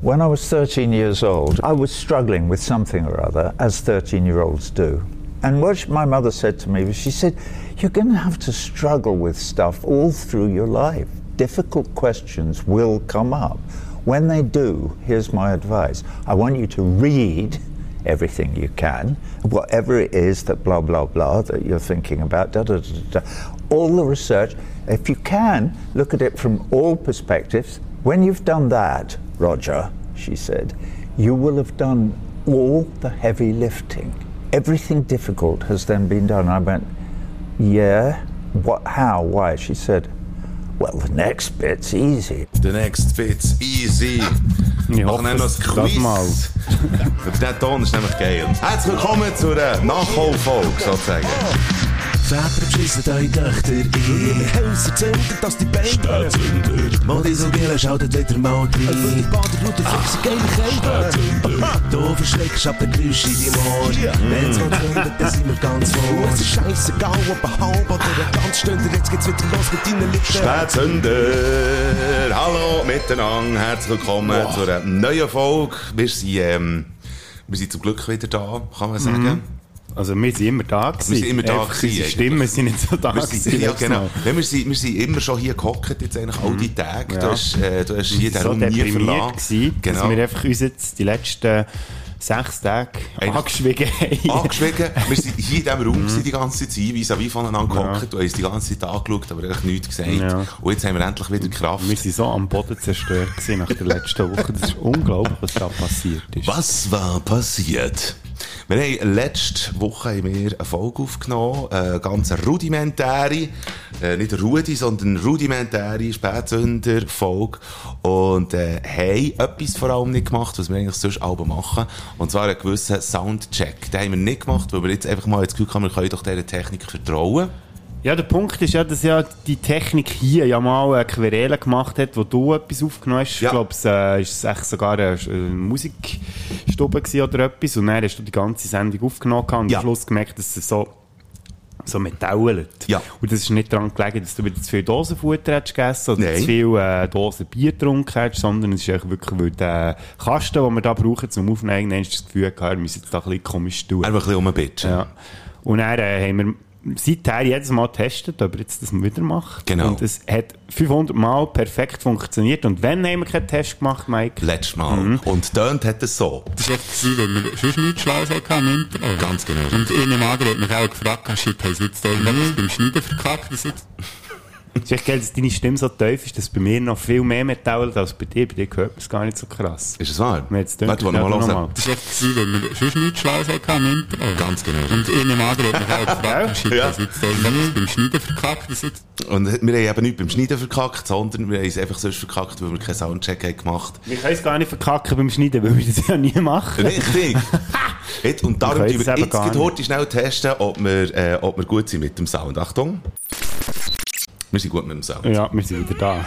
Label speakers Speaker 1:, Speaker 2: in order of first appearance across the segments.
Speaker 1: When I was 13 years old, I was struggling with something or other, as 13 year olds do. And what she- my mother said to me was, she said, You're going to have to struggle with stuff all through your life. Difficult questions will come up. When they do, here's my advice I want you to read everything you can, whatever it is that blah, blah, blah that you're thinking about, da, da, da, da, da. All the research, if you can, look at it from all perspectives. When you've done that, Roger, she said, you will have done all the heavy lifting. Everything difficult has then been done. I went, yeah, what, how, why? She said, well, the next bit's easy.
Speaker 2: The next bit's easy.
Speaker 3: Ich
Speaker 2: Machen wir noch
Speaker 3: hoffe,
Speaker 2: das
Speaker 3: das,
Speaker 2: Quiz.
Speaker 3: das mal.
Speaker 2: Der Ton ist nämlich geil. Herzlich willkommen zu der Nachholfolge sozusagen.
Speaker 4: Väter beschissen eure Töchter ein. Im Haus erzählt, dass die Beine. Spätzünder. Mal die so gillen, schaltet wieder mal rein. Ein Badergrutter fixen geile Kälber. Du verschreckst ab der Geräusche in deinem Ohr. Wenn's mal zündet, dann sind wir ganz vor.
Speaker 5: Es ist scheißegal, ob ein halb oder ein ganz Stunde. Jetzt geht's wieder los mit deinen Lippen.
Speaker 2: Spätzünder. Hallo miteinander. Herzlich willkommen zu einer neuen Folge. Wir sind, ähm, wir sind zum Glück wieder da, kann man sagen.
Speaker 3: Mhm. Also wir sind immer da gewesen.
Speaker 2: sind immer da
Speaker 3: Einfach
Speaker 2: gewesen,
Speaker 3: unsere
Speaker 2: eigentlich.
Speaker 3: Stimmen sind nicht so da
Speaker 2: Wir
Speaker 3: gewesen
Speaker 2: sind, ja,
Speaker 3: letztes
Speaker 2: genau.
Speaker 3: Mal.
Speaker 2: Nein, wir, sind, wir sind immer schon hier gehockt, jetzt eigentlich all die Tage. Du
Speaker 3: Mhm. Ja.
Speaker 2: hast, äh, du hast hier den
Speaker 3: so
Speaker 2: Raum nie
Speaker 3: deprimiert
Speaker 2: verlassen.
Speaker 3: gewesen,
Speaker 2: Genau.
Speaker 3: dass wir einfach uns jetzt die letzten sechs Tage
Speaker 2: Eigentlich-
Speaker 3: angeschwiegen haben.
Speaker 2: angeschwiegen. Wir sind hier in diesem Raum gewesen die ganze Zeit, vis-à-vis voneinander gehockt. Du hast die ganze Zeit angeschaut, aber eigentlich nichts gesagt.
Speaker 3: Ja.
Speaker 2: Und jetzt haben wir endlich wieder Kraft.
Speaker 3: Wir sind so am Boden zerstört gewesen nach der letzten Woche. Das ist unglaublich, was da passiert ist.
Speaker 2: Was war passiert? Wir haben letzte Woche haben wir eine Folge aufgenommen, eine ganz rudimentäre, äh, nicht Rudi, sondern rudimentäre Spätsünder-Folge und äh, haben etwas vor allem nicht gemacht, was wir eigentlich sonst alle machen, und zwar einen gewissen Soundcheck. Den haben wir nicht gemacht, weil wir jetzt einfach mal das Gefühl haben, wir können doch dieser Technik vertrauen.
Speaker 3: Ja, der Punkt ist ja, dass ja die Technik hier ja mal eine Querele gemacht hat, wo du etwas aufgenommen hast.
Speaker 2: Ja.
Speaker 3: Ich glaube, es äh, ist echt sogar eine, äh, Musikstube gewesen oder etwas. Und dann hast du die ganze Sendung aufgenommen gehabt und
Speaker 2: Ja.
Speaker 3: am Schluss gemerkt, dass es so, so metallelt.
Speaker 2: Ja.
Speaker 3: Und das ist nicht daran gelegen, dass du wieder zu viel Dosenfutter hättest gegessen oder
Speaker 2: Nein.
Speaker 3: zu viel äh, Dosen Bier getrunken hättest, sondern es ist eigentlich wirklich, weil der Kasten, den wir da brauchen zum Aufnehmen, dann hast du das Gefühl gehabt, wir müssen jetzt da ein bisschen komisch tun.
Speaker 2: Einfach ein bisschen rumbitschen.
Speaker 3: Ja. Und dann äh, haben wir seither jedes Mal getestet, ob er jetzt das wieder macht.
Speaker 2: Genau.
Speaker 3: Und es hat 500 Mal perfekt funktioniert. Und wenn haben wir keinen Test gemacht, Mike?
Speaker 2: Letztes Mal.
Speaker 3: Mhm.
Speaker 2: Und tönt hat es so.
Speaker 6: Das war einfach, weil wir sonst nichts Schlaues hatten im Intro.
Speaker 2: Ganz genau.
Speaker 6: Und oh, ich nehme an, der hat mich auch gefragt, ah, shit, haben sie jetzt da
Speaker 2: Mhm.
Speaker 6: irgendwas beim Schneiden verkackt? Das jetzt
Speaker 3: Es ist echt geil, dass deine Stimme so tief ist, dass bei mir noch viel mehr metault als bei dir. Bei dir hört man es gar nicht so krass.
Speaker 2: Ist es wahr?
Speaker 3: Mir hat's
Speaker 2: Warte,
Speaker 3: gedacht,
Speaker 2: warte, mal
Speaker 3: ja,
Speaker 2: hören.
Speaker 3: nochmal.
Speaker 6: das war einfach, weil wir sonst nichts Schlaues hatten im Intro.
Speaker 2: Ganz genau.
Speaker 6: Und oh, ich nehme an, der hat mich auch gefragt, ah, shit,
Speaker 2: Ja. Mhm.
Speaker 6: haben sie jetzt da irgendwas beim Schneiden verkackt? Das jetzt
Speaker 2: Und wir haben eben nicht beim Schneiden verkackt, sondern wir haben es einfach sonst verkackt, weil wir keinen Soundcheck haben gemacht
Speaker 3: Wir können es gar nicht verkacken beim Schneiden, weil wir das ja nie machen.
Speaker 2: Richtig! Jetzt, und darum
Speaker 3: Ich weiss
Speaker 2: tun
Speaker 3: es
Speaker 2: wir
Speaker 3: eben
Speaker 2: jetzt
Speaker 3: gar
Speaker 2: gerade
Speaker 3: nicht.
Speaker 2: heute schnell testen, ob wir, äh, ob wir gut sind mit dem Sound. Achtung! Wir sind gut mit dem Sound.
Speaker 3: Ja, wir sind wieder da.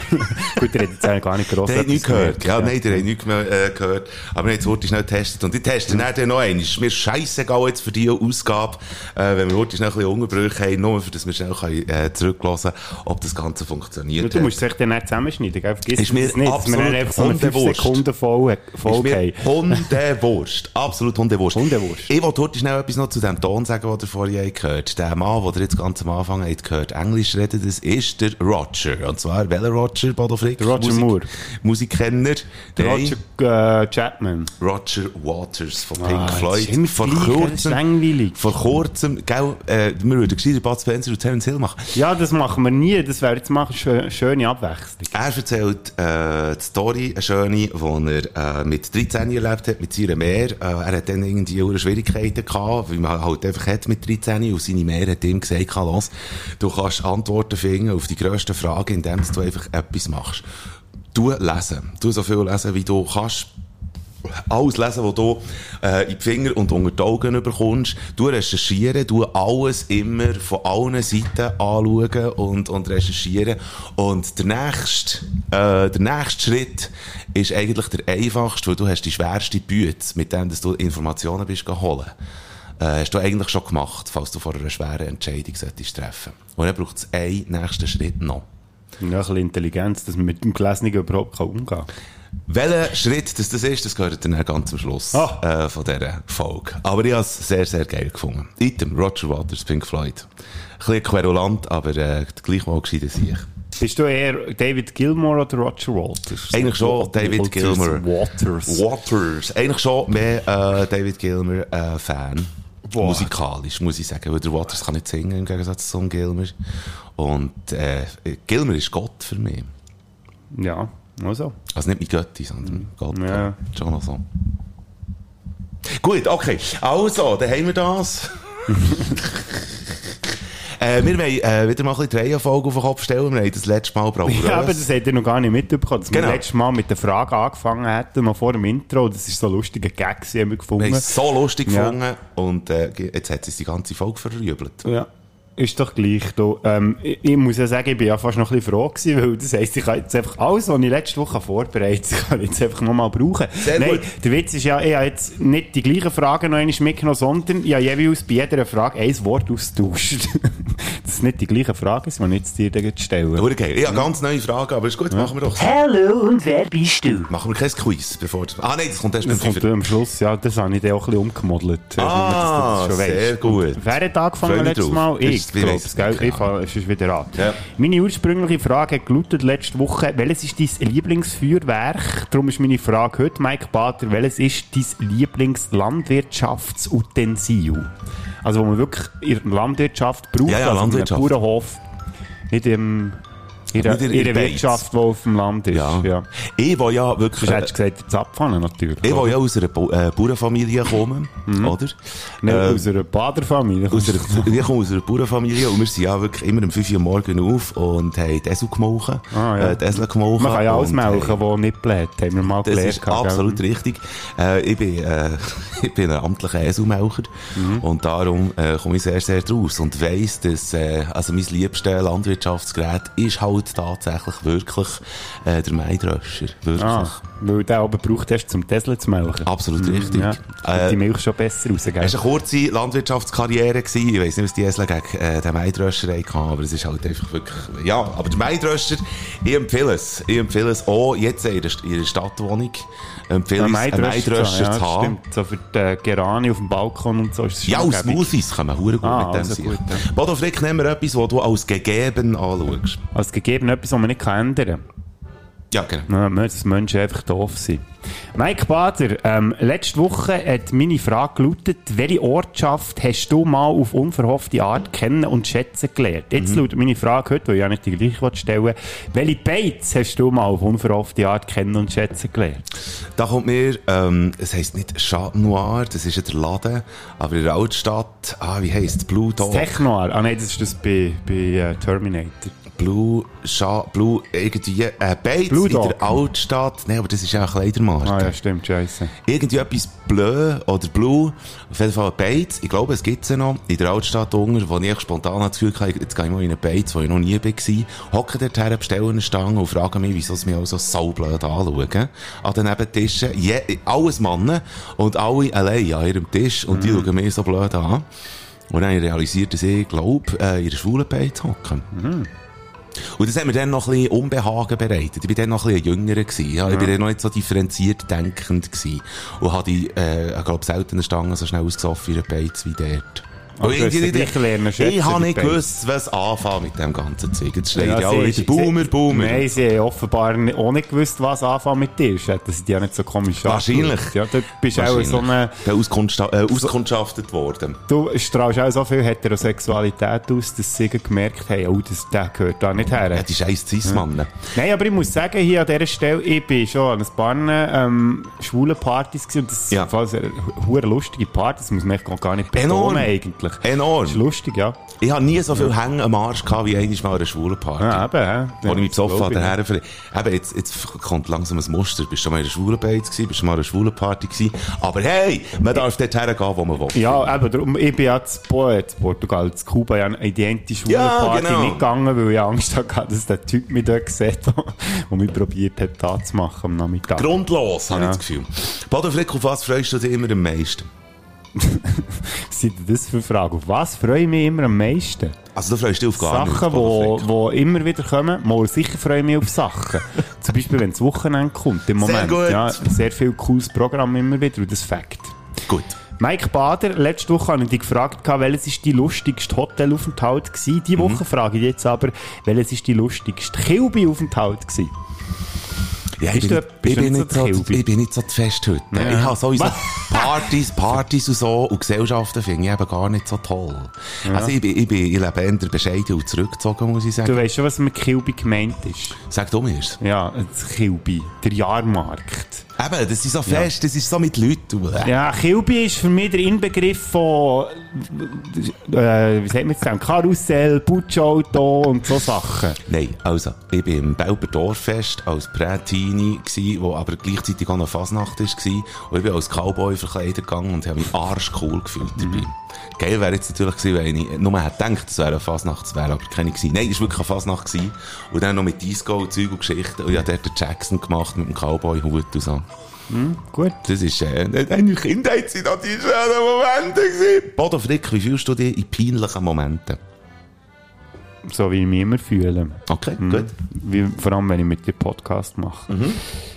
Speaker 3: Gut, ihr hättet jetzt eigentlich gar nicht gross
Speaker 2: Der hat
Speaker 3: etwas
Speaker 2: nichts gehört.
Speaker 3: gemerkt.
Speaker 2: Ja, nein, der hat nichts mehr, äh, gehört. Aber wir haben jetzt heute schnell getestet. Und ich teste ja. dann noch einen. Ist mir scheißegal jetzt für die Ausgabe, äh, wenn wir heute schnell ein bisschen Unterbrüche haben, nur für das wir schnell können, äh, zurücklassen ob das Ganze funktioniert.
Speaker 3: Du
Speaker 2: hat.
Speaker 3: musst es echt dann nicht zusammenschneiden, gell? Vergiss
Speaker 2: Ist mir
Speaker 3: das nicht, dass wir dann
Speaker 2: absolut
Speaker 3: einfach so eine 5
Speaker 2: unbewusst.
Speaker 3: Sekunden voll, voll
Speaker 2: Ist mir
Speaker 3: haben.
Speaker 2: Hundewurst. Absolut Hundewurst.
Speaker 3: Hundewurst.
Speaker 2: Ich wollte heute schnell etwas noch zu dem Ton sagen, den ihr vorhin gehört habt. Der Mann, den ihr jetzt ganz am Anfang habt gehört Englisch reden, das ist der Roger. Und zwar, welcher Roger, Bodo Frick?
Speaker 3: Der Roger Moore.
Speaker 2: Musikkenner. Der
Speaker 3: Roger äh, Chapman.
Speaker 2: Roger Waters von Pink
Speaker 3: Ah,
Speaker 2: Floyd.
Speaker 3: das ist immer
Speaker 2: Vor
Speaker 3: gleich, das ist
Speaker 2: kurzem,
Speaker 3: langweilig.
Speaker 2: vor kurzem, gell, äh, wir würden gescheiter Bud Spencer und Terence Hill machen.
Speaker 3: Ja, das machen wir nie. Das wäre jetzt mal eine schöne Abwechslung.
Speaker 2: Er erzählt äh, die Story, eine schöne, die er äh, mit 13 erlebt hat, mit seiner Mär. Äh, er hat dann irgendwie auch Schwierigkeiten gehabt, wie man halt einfach hat mit 13. Und seine Mär hat ihm gesagt, «Kann, «Los, du kannst Antworten finden auf die grössten Fragen, indem du einfach etwas machst. Du lesen. Du so viel lesen, wie du kannst. alles lesen, was du äh, in die Finger und unter die Augen bekommst. Du recherchieren, du alles immer von allen Seiten anschauen und, und recherchieren. Und der nächste, äh, der nächste Schritt ist eigentlich der einfachste, weil du hast die schwerste Büte, mit dem dass du Informationen bist geholt. Äh, hast du eigentlich schon gemacht, falls du vor einer schweren Entscheidung solltest treffen. Und dann braucht es einen nächsten Schritt noch.
Speaker 3: Ja, ein bisschen Intelligenz, dass man mit dem Gelesenen überhaupt kann umgehen kann.
Speaker 2: Welcher Schritt das, das ist, das gehört dann ganz am Schluss
Speaker 3: Ah.
Speaker 2: äh, von dieser Folge. Aber ich habe es sehr, sehr geil gefunden. Item, Roger Waters, Pink Floyd. Ein bisschen querulant, aber äh, gleich mal gescheiter Sieg.
Speaker 3: Bist du eher David Gilmore oder Roger Walters?
Speaker 2: Eigentlich schon
Speaker 3: Oder
Speaker 2: David
Speaker 3: Walters,
Speaker 2: Gilmour.
Speaker 3: Waters.
Speaker 2: Waters. Eigentlich schon mehr äh, David Gilmer äh, Fan.
Speaker 3: Boah.
Speaker 2: Musikalisch, muss ich sagen. Weil der Waters kann nicht singen, im Gegensatz zum Gilmer. Und äh, Gilmer ist Gott für mich.
Speaker 3: Ja, also.
Speaker 2: Also nicht mit Götti, sondern Gott.
Speaker 3: Ja.
Speaker 2: Schon noch so. Gut, okay. Also, dann haben wir das. äh, wir wollen äh, wieder mal ein bisschen die Reihenfolge auf den Kopf stellen. Wir haben das letzte Mal braucht.
Speaker 3: Ja, aber das habt ihr noch gar nicht mitbekommen, dass
Speaker 2: Genau.
Speaker 3: wir letztes Mal mit der Frage angefangen hätten, noch vor dem Intro. Das ist so ein lustiger Gag, gewesen, haben
Speaker 2: wir
Speaker 3: wir gefunden.
Speaker 2: haben es so lustig
Speaker 3: Ja.
Speaker 2: gefunden und äh, jetzt hat es die ganze Folge verrübelt.
Speaker 3: Ja. Ist doch gleich. Du, ähm, ich, ich muss ja sagen, ich bin ja fast noch ein bisschen froh gewesen, weil das heisst, ich kann jetzt einfach alles, was ich letzte Woche vorbereitet habe, kann ich jetzt einfach nochmal brauchen.
Speaker 2: Sehr
Speaker 3: Nein,
Speaker 2: gut.
Speaker 3: der Witz ist ja, ich habe jetzt nicht die gleichen Fragen noch einmal mitgenommen, sondern ich habe jeweils bei jeder Frage ein Wort austauscht. das ist nicht die gleichen Fragen, die ich jetzt dir dann gleich stelle.
Speaker 2: Hure geil. Ich habe ganz neue Fragen, aber ist gut, machen wir doch.
Speaker 7: Hallo und wer bist du?
Speaker 2: Machen wir kein Quiz, bevor... Ah nein, das kommt erst
Speaker 3: Das
Speaker 2: beim
Speaker 3: kommt
Speaker 2: Fünfer.
Speaker 3: dann am Schluss, ja, das habe ich dann auch ein bisschen umgemodelt.
Speaker 2: Ah,
Speaker 3: dass du das schon
Speaker 2: sehr
Speaker 3: weißt.
Speaker 2: gut.
Speaker 3: Wer hat
Speaker 2: Freu
Speaker 3: angefangen
Speaker 2: mich
Speaker 3: letztes
Speaker 2: drauf.
Speaker 3: Mal? Ich,
Speaker 2: Ist- wir
Speaker 3: glaube
Speaker 2: wissen es
Speaker 3: gell?
Speaker 2: nicht
Speaker 3: Ich
Speaker 2: genau.
Speaker 3: fange es ist wieder an.
Speaker 2: Ja.
Speaker 3: Meine ursprüngliche Frage gelautet letzte Woche, welches ist dein Lieblingsfeuerwerk? Darum ist meine Frage heute, Mike Bader, welches ist dein Lieblingslandwirtschaftsutensil? Also, wo man wirklich in der Landwirtschaft braucht,
Speaker 2: Ja, ja,
Speaker 3: also
Speaker 2: Landwirtschaft.
Speaker 3: in einem Bauernhof, in dem... In der,
Speaker 2: Nicht in-
Speaker 3: in
Speaker 2: in
Speaker 3: der
Speaker 2: Beiz.
Speaker 3: Wirtschaft, die auf dem Land ist.
Speaker 2: Ja.
Speaker 3: Ja.
Speaker 2: Ich will ja wirklich...
Speaker 3: Du hättest gesagt, jetzt abfangen natürlich.
Speaker 2: Ich will ja aus einer Bau- äh, Bauernfamilie kommen,
Speaker 3: Mhm.
Speaker 2: oder?
Speaker 3: Nicht
Speaker 2: Äh,
Speaker 3: aus einer Baderfamilie.
Speaker 2: aus einer, ich komme aus einer Bauernfamilie und wir sind ja wirklich immer um 5 Uhr morgens auf und haben die Esel gemolken,
Speaker 3: Ah, ja.
Speaker 2: äh, die Esel gemolken.
Speaker 3: Man kann ja alles
Speaker 2: und
Speaker 3: melken,
Speaker 2: haben-
Speaker 3: was nicht bläht. Haben wir mal
Speaker 2: Das
Speaker 3: gelernt.
Speaker 2: ist absolut richtig. Äh, ich, bin, äh, ich bin ein amtlicher Eselmelcher
Speaker 3: Mhm.
Speaker 2: und darum äh, komme ich sehr, sehr draus und weiss, dass äh, also mein liebstes Landwirtschaftsgerät ist halt tatsächlich wirklich äh, der Maidröscher. Wirklich.
Speaker 3: Ah, weil der aber braucht erst zum Tesla zu melken.
Speaker 2: Absolut richtig.
Speaker 3: Ja,
Speaker 2: Ah, Äh,
Speaker 3: äh, die Milch schon besser rausgegeben.
Speaker 2: Es war eine kurze Landwirtschaftskarriere. Gewesen. Ich weiß nicht, was die Esel gegen äh, den Maidröscher hatten, aber es ist halt einfach wirklich... Ja, aber der Maidröscher, ich empfehle es. Ich empfehle es auch jetzt in der, St- in der Stadtwohnung. Empfehle ich, einen Maidröscher
Speaker 3: ja,
Speaker 2: zu haben.
Speaker 3: Stimmt, so für die Gerani auf dem Balkon und so ist es
Speaker 2: Ja,
Speaker 3: schon
Speaker 2: und
Speaker 3: angeblich.
Speaker 2: Smoothies kann man verdammt gut
Speaker 3: Ah,
Speaker 2: mit dem
Speaker 3: also
Speaker 2: sein.
Speaker 3: gut, ja.
Speaker 2: Bodo Frick, nehmen wir etwas, das du als gegeben anschaust.
Speaker 3: Als gegeben etwas, was man nicht kann ändern kann.
Speaker 2: Ja, genau.
Speaker 3: Ja, Ne, man- dass Menschen einfach doof sind. Mike Bader, ähm, letzte Woche hat meine Frage gelautet, welche Ortschaft hast du mal auf unverhoffte Art kennen und schätzen gelernt? Jetzt
Speaker 2: Mhm.
Speaker 3: lautet meine Frage heute, weil ich ja nicht die gleiche will stellen will, welche Beiz hast du mal auf unverhoffte Art kennen und schätzen gelernt?
Speaker 2: Da kommt mir, ähm, es heisst nicht Chat Noir, das ist ja der Laden, aber in der Altstadt, ah, wie heisst Blue Dog?
Speaker 3: Technoir, ah nein, das ist das bei, bei äh, Terminator.
Speaker 2: Blue, Scha Blue, irgendwie, äh, Beiz
Speaker 3: Blue
Speaker 2: in der
Speaker 3: Dog.
Speaker 2: Altstadt. Nein, aber das ist ja ein Kleidermarkt.
Speaker 3: Ah ja, stimmt, scheiße.
Speaker 2: Irgendwie etwas Bleu oder Blue. Auf jeden Fall Beiz. Ich glaube, es gibt sie noch. In der Altstadt unter, wo ich spontan das Gefühl hatte, jetzt gehe ich mal in eine Beiz, wo ich noch nie war. Hocke dort her, bestelle eine Stange und frage mich, wieso sie mich auch so saublöd anschauen. An den Nebentischen. Je, alles Männer und alle allein an ihrem Tisch. Und die
Speaker 3: Mhm.
Speaker 2: schauen mich so blöd an. Und dann habe ich realisiert, dass ich, glaube, äh, in der schwulen Beiz hocke. Und das hat mir dann noch ein bisschen Unbehagen bereitet. Ich war dann noch ein bisschen ein Jüngerer. Gewesen, ja. Ich war dann noch nicht so differenziert denkend. Gewesen. Und habe die, äh, ich glaube, seltenen Stangen so schnell ausgesoffen in der Beiz wie dort.
Speaker 3: Aber
Speaker 2: Und
Speaker 3: Ah, du hast
Speaker 2: irgendwie-
Speaker 3: den gleich lernen schätzen,
Speaker 2: ich habe nicht
Speaker 3: die Beiz.
Speaker 2: gewusst, was anfangen mit dem ganzen Zeug. Jetzt schreien ja, die
Speaker 3: sie-
Speaker 2: alle wieder Boomer,
Speaker 3: sie-
Speaker 2: Boomer.
Speaker 3: Nein, sie haben offenbar ni- auch nicht gewusst, was anfangen mit dir ist. Das sind ja nicht so komisch
Speaker 2: Wahrscheinlich.
Speaker 3: angeschaut. Ja, du bist auch so eine,
Speaker 2: Wahrscheinlich. Dann auskundsta- äh, auskundschaftet worden.
Speaker 3: du strahlst auch so viel Heterosexualität aus, dass sie gemerkt haben, oh, das, der gehört da nicht her.
Speaker 2: Ja, die scheiß Cis-Männer.
Speaker 3: Nein, aber ich muss sagen, hier an dieser Stelle, ich bin schon an ein paar ähm, schwulen Partys gewesen. und Das
Speaker 2: Ja.
Speaker 3: sind ja. sehr hu- lustige Partys, muss man echt gar- gar nicht betonen
Speaker 2: Enorm.
Speaker 3: eigentlich.
Speaker 2: Enorm.
Speaker 3: Das ist lustig, ja.
Speaker 2: Ich habe nie so viel Hänge am Arsch gehabt, wie einmal an einer schwulen Party.
Speaker 3: Ja, eben. hä?
Speaker 2: Wo ich mich besoffen
Speaker 3: Glaub
Speaker 2: habe,
Speaker 3: ich, ja.
Speaker 2: daher ver- Eben, jetzt, jetzt kommt langsam ein Muster. Bist du schon mal in einer schwulen Beiz gewesen, bist du mal in einer schwulen Party gewesen. Aber hey, man darf dort hergehen, wo man will.
Speaker 3: Ja, eben, darum, ich bin ja zu, Bo- äh, zu Portugal, zu Kuba, ja in die anti
Speaker 2: Ja,
Speaker 3: Party
Speaker 2: genau.
Speaker 3: nicht gegangen, weil ich Angst hatte, dass der Typ mich dort sieht, der mich probiert hat, da zu machen am Nachmittag.
Speaker 2: Grundlos, habe
Speaker 3: Ja.
Speaker 2: ich das Gefühl. Bodo Frick, auf was freust du dich immer am meisten?
Speaker 3: Seid ihr das für Fragen? Auf was freue ich mich immer am meisten?
Speaker 2: Also du freust dich auf gar nichts.
Speaker 3: Sachen, die
Speaker 2: Bodo
Speaker 3: wo,
Speaker 2: Fleck.
Speaker 3: wo immer wieder kommen. Mal sicher freue ich mich auf Sachen. Zum Beispiel, wenn das Wochenende kommt. Im Moment.
Speaker 2: gut.
Speaker 3: Ja, sehr viel cooles Programm immer wieder und das Fakt.
Speaker 2: Gut.
Speaker 3: Mike Bader, letzte Woche habe ich dich gefragt, gehabt, welches ist die lustigste Hotelaufenthalt gewesen.
Speaker 2: Mhm.
Speaker 3: Diese Woche frage ich dich jetzt aber, welches ist die lustigste Kilby-Aufenthalt gewesen?
Speaker 2: Ja,
Speaker 3: Bist
Speaker 2: ich,
Speaker 3: du-
Speaker 2: bin, ich,
Speaker 3: bist du
Speaker 2: bin
Speaker 3: nicht
Speaker 2: nicht
Speaker 3: so
Speaker 2: so,
Speaker 3: Kilby?
Speaker 2: ich bin nicht so zu fest heute.
Speaker 3: Ja.
Speaker 2: Ich habe sowieso
Speaker 3: Was?
Speaker 2: Partys, Partys und so und Gesellschaften finde ich eben gar nicht so toll. Also ich, bin, ich, bin, ich lebe eher bescheiden und zurückgezogen, muss ich
Speaker 3: Du
Speaker 2: sagen.
Speaker 3: weißt schon, was mit Kilby gemeint ist.
Speaker 2: Sag du mir's.
Speaker 3: Ja, das Kilby, der Jahrmarkt.
Speaker 2: Eben, das ist so fest, das ist so mit Leuten. und-
Speaker 3: Ja, Kilby ist für mich der Inbegriff von, äh, wie sagt man jetzt, denn? Karussell, Putschauto und so Sachen.
Speaker 2: Nein, also, ich bin im Belber Dorffest als Prätini gsi, wo aber gleichzeitig auch noch Fasnacht war. Und ich bin als Cowboy verkleidet gegangen und habe mich arschcool gefühlt dabei. Geil wäre jetzt natürlich gewesen, wenn ich nur hätte gedacht, es wäre eine Fasnacht, es wäre aber keine gewesen. Nein, es war wirklich eine Fasnacht gewesen. Und dann noch mit Disco und Zeug und Geschichten. Und ich habe dort den Jackson gemacht mit dem Cowboy-Hut und so.
Speaker 3: Gut.
Speaker 2: Das ist, äh, deine Kindheit sind auch die schönen Momente gewesen. Bodo Frick, wie fühlst du dich in peinlichen Momenten?
Speaker 3: So wie ich mich immer fühle.
Speaker 2: Okay, gut.
Speaker 3: Wie, vor allem, wenn ich mit dir Podcast mache.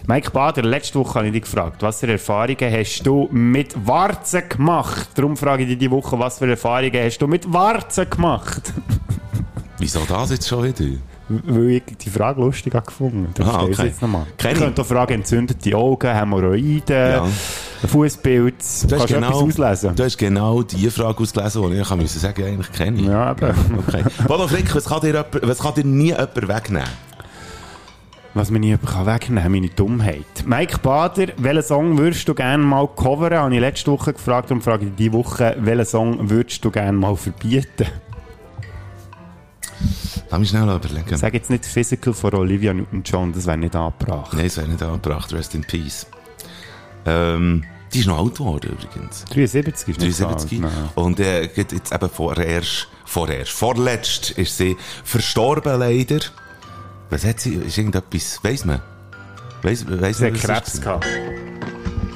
Speaker 3: Mike Bader, letzte Woche habe ich dich gefragt, was für Erfahrungen hast du mit Warzen gemacht? Darum frage ich dich diese Woche, was für Erfahrungen hast du mit Warzen gemacht?
Speaker 2: Wieso das jetzt schon wieder?
Speaker 3: Weil ich die Frage lustig habe gefunden habe.
Speaker 2: Ah, okay.
Speaker 3: jetzt nochmal. Ich
Speaker 2: Kenn ich.
Speaker 3: könnte auch fragen, entzündete Augen, Hämorrhoiden,
Speaker 2: Ja.
Speaker 3: Fußpilz.
Speaker 2: Du hast,
Speaker 3: Kannst du
Speaker 2: genau,
Speaker 3: etwas auslesen?
Speaker 2: du hast genau die Frage ausgelesen, die ich kann müssen sagen eigentlich kenne ich.
Speaker 3: Ja, eben.
Speaker 2: Okay. Bodo Frick, was kann, dir jemand, was kann dir nie jemand wegnehmen?
Speaker 3: Was mir nie jemand kann wegnehmen kann, meine Dummheit. Mike Bader, welchen Song würdest du gerne mal coveren? Habe ich letzte Woche gefragt und frage ich diese Woche, welchen Song würdest du gerne mal verbieten?
Speaker 2: Lass mich schnell überlegen.
Speaker 3: Sag jetzt nicht Physical von Olivia Newton-John, das wäre nicht angebracht.
Speaker 2: Nein, es wäre nicht angebracht. Rest in Peace. Ähm, die ist noch alt geworden übrigens.
Speaker 3: 73 ist nicht so
Speaker 2: 73.
Speaker 3: alt, nein.
Speaker 2: Und äh, geht jetzt eben vorerst, vorerst, vorletzt ist sie verstorben leider. Was hat sie, ist irgendetwas, weiss man? Weiss, weiss
Speaker 3: Sie
Speaker 2: man,
Speaker 3: hat
Speaker 2: was es
Speaker 3: Krebs
Speaker 2: ist?
Speaker 3: gehabt.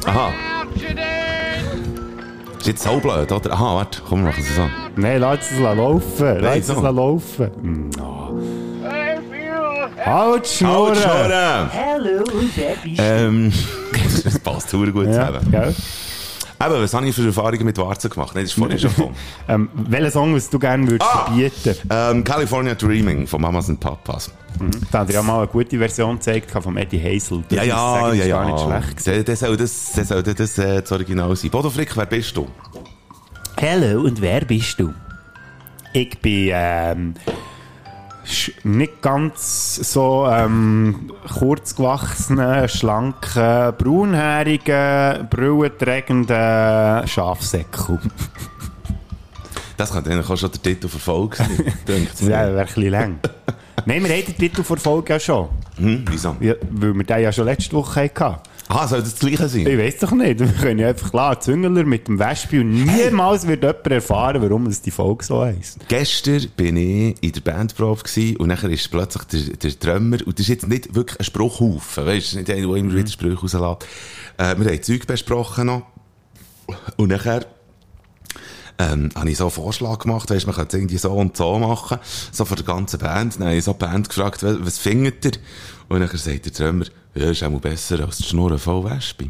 Speaker 2: Aha. Ist jetzt so blöd, oder? Aha, warte, komm, wir machen es so.
Speaker 3: Nein, lass es laufen. Lass
Speaker 2: Nein,
Speaker 3: es
Speaker 2: so.
Speaker 3: laufen. Hm, oh. Halt, Schnurren!
Speaker 7: Hallo und wer bist du?
Speaker 2: Ähm, das passt super gut
Speaker 3: Ja,
Speaker 2: zusammen.
Speaker 3: gell?
Speaker 2: Eben, was habe ich für Erfahrungen mit Warzen gemacht? Nein, das ist vorhin schon gekommen.
Speaker 3: ähm, welchen Song würdest du gerne würdest
Speaker 2: Ah!
Speaker 3: verbieten?
Speaker 2: ähm, California Dreaming von Mamas und Papas.
Speaker 3: Da hat er ja mal eine gute Version gezeigt von Eddie Hazel. Das
Speaker 2: Ja,
Speaker 3: muss ich
Speaker 2: ja,
Speaker 3: sagen,
Speaker 2: ja,
Speaker 3: ist
Speaker 2: ja.
Speaker 3: gar nicht schlecht.
Speaker 2: Der, der soll das, der soll das, äh, das Original sein. Bodo Frick, wer bist du?
Speaker 3: Hallo und wer bist du? Ich bin ähm, sch- nicht ganz so ähm, kurz gewachsener, schlanker, braunhaariger, brillenträgender Schafsäckel.
Speaker 2: Das könnte eigentlich auch schon der Titel verfolgt sein. Denkt
Speaker 3: Das wäre ein bisschen lang. Nein, wir haben den Titel vor Folge ja schon.
Speaker 2: Hm, wieso?
Speaker 3: Ja, weil wir den ja schon letzte Woche hatten.
Speaker 2: Ah, soll das das Gleiche sein?
Speaker 3: Ich weiß doch nicht. Wir können ja einfach klar Züngeler mit dem Wespe und niemals wird jemand erfahren, warum es die Folge so heisst.
Speaker 2: Gestern bin ich in der Bandprobe gsi und nachher ist plötzlich der, der Drummer, und das ist jetzt nicht wirklich ein Spruchhaufen, weißt du, nicht einer, der immer wieder Sprüche rauslässt. Äh, wir haben Zeug besprochen noch. Und nachher, ähm, habe ich so einen Vorschlag gemacht, weisst, man könnte es irgendwie so und so machen, so von der ganzen Band. Dann habe ich so die Band gefragt, wel- was findet ihr? Und nachher sagt der Drummer, ja, ist auch mal besser als die Schnurren voll Wespe.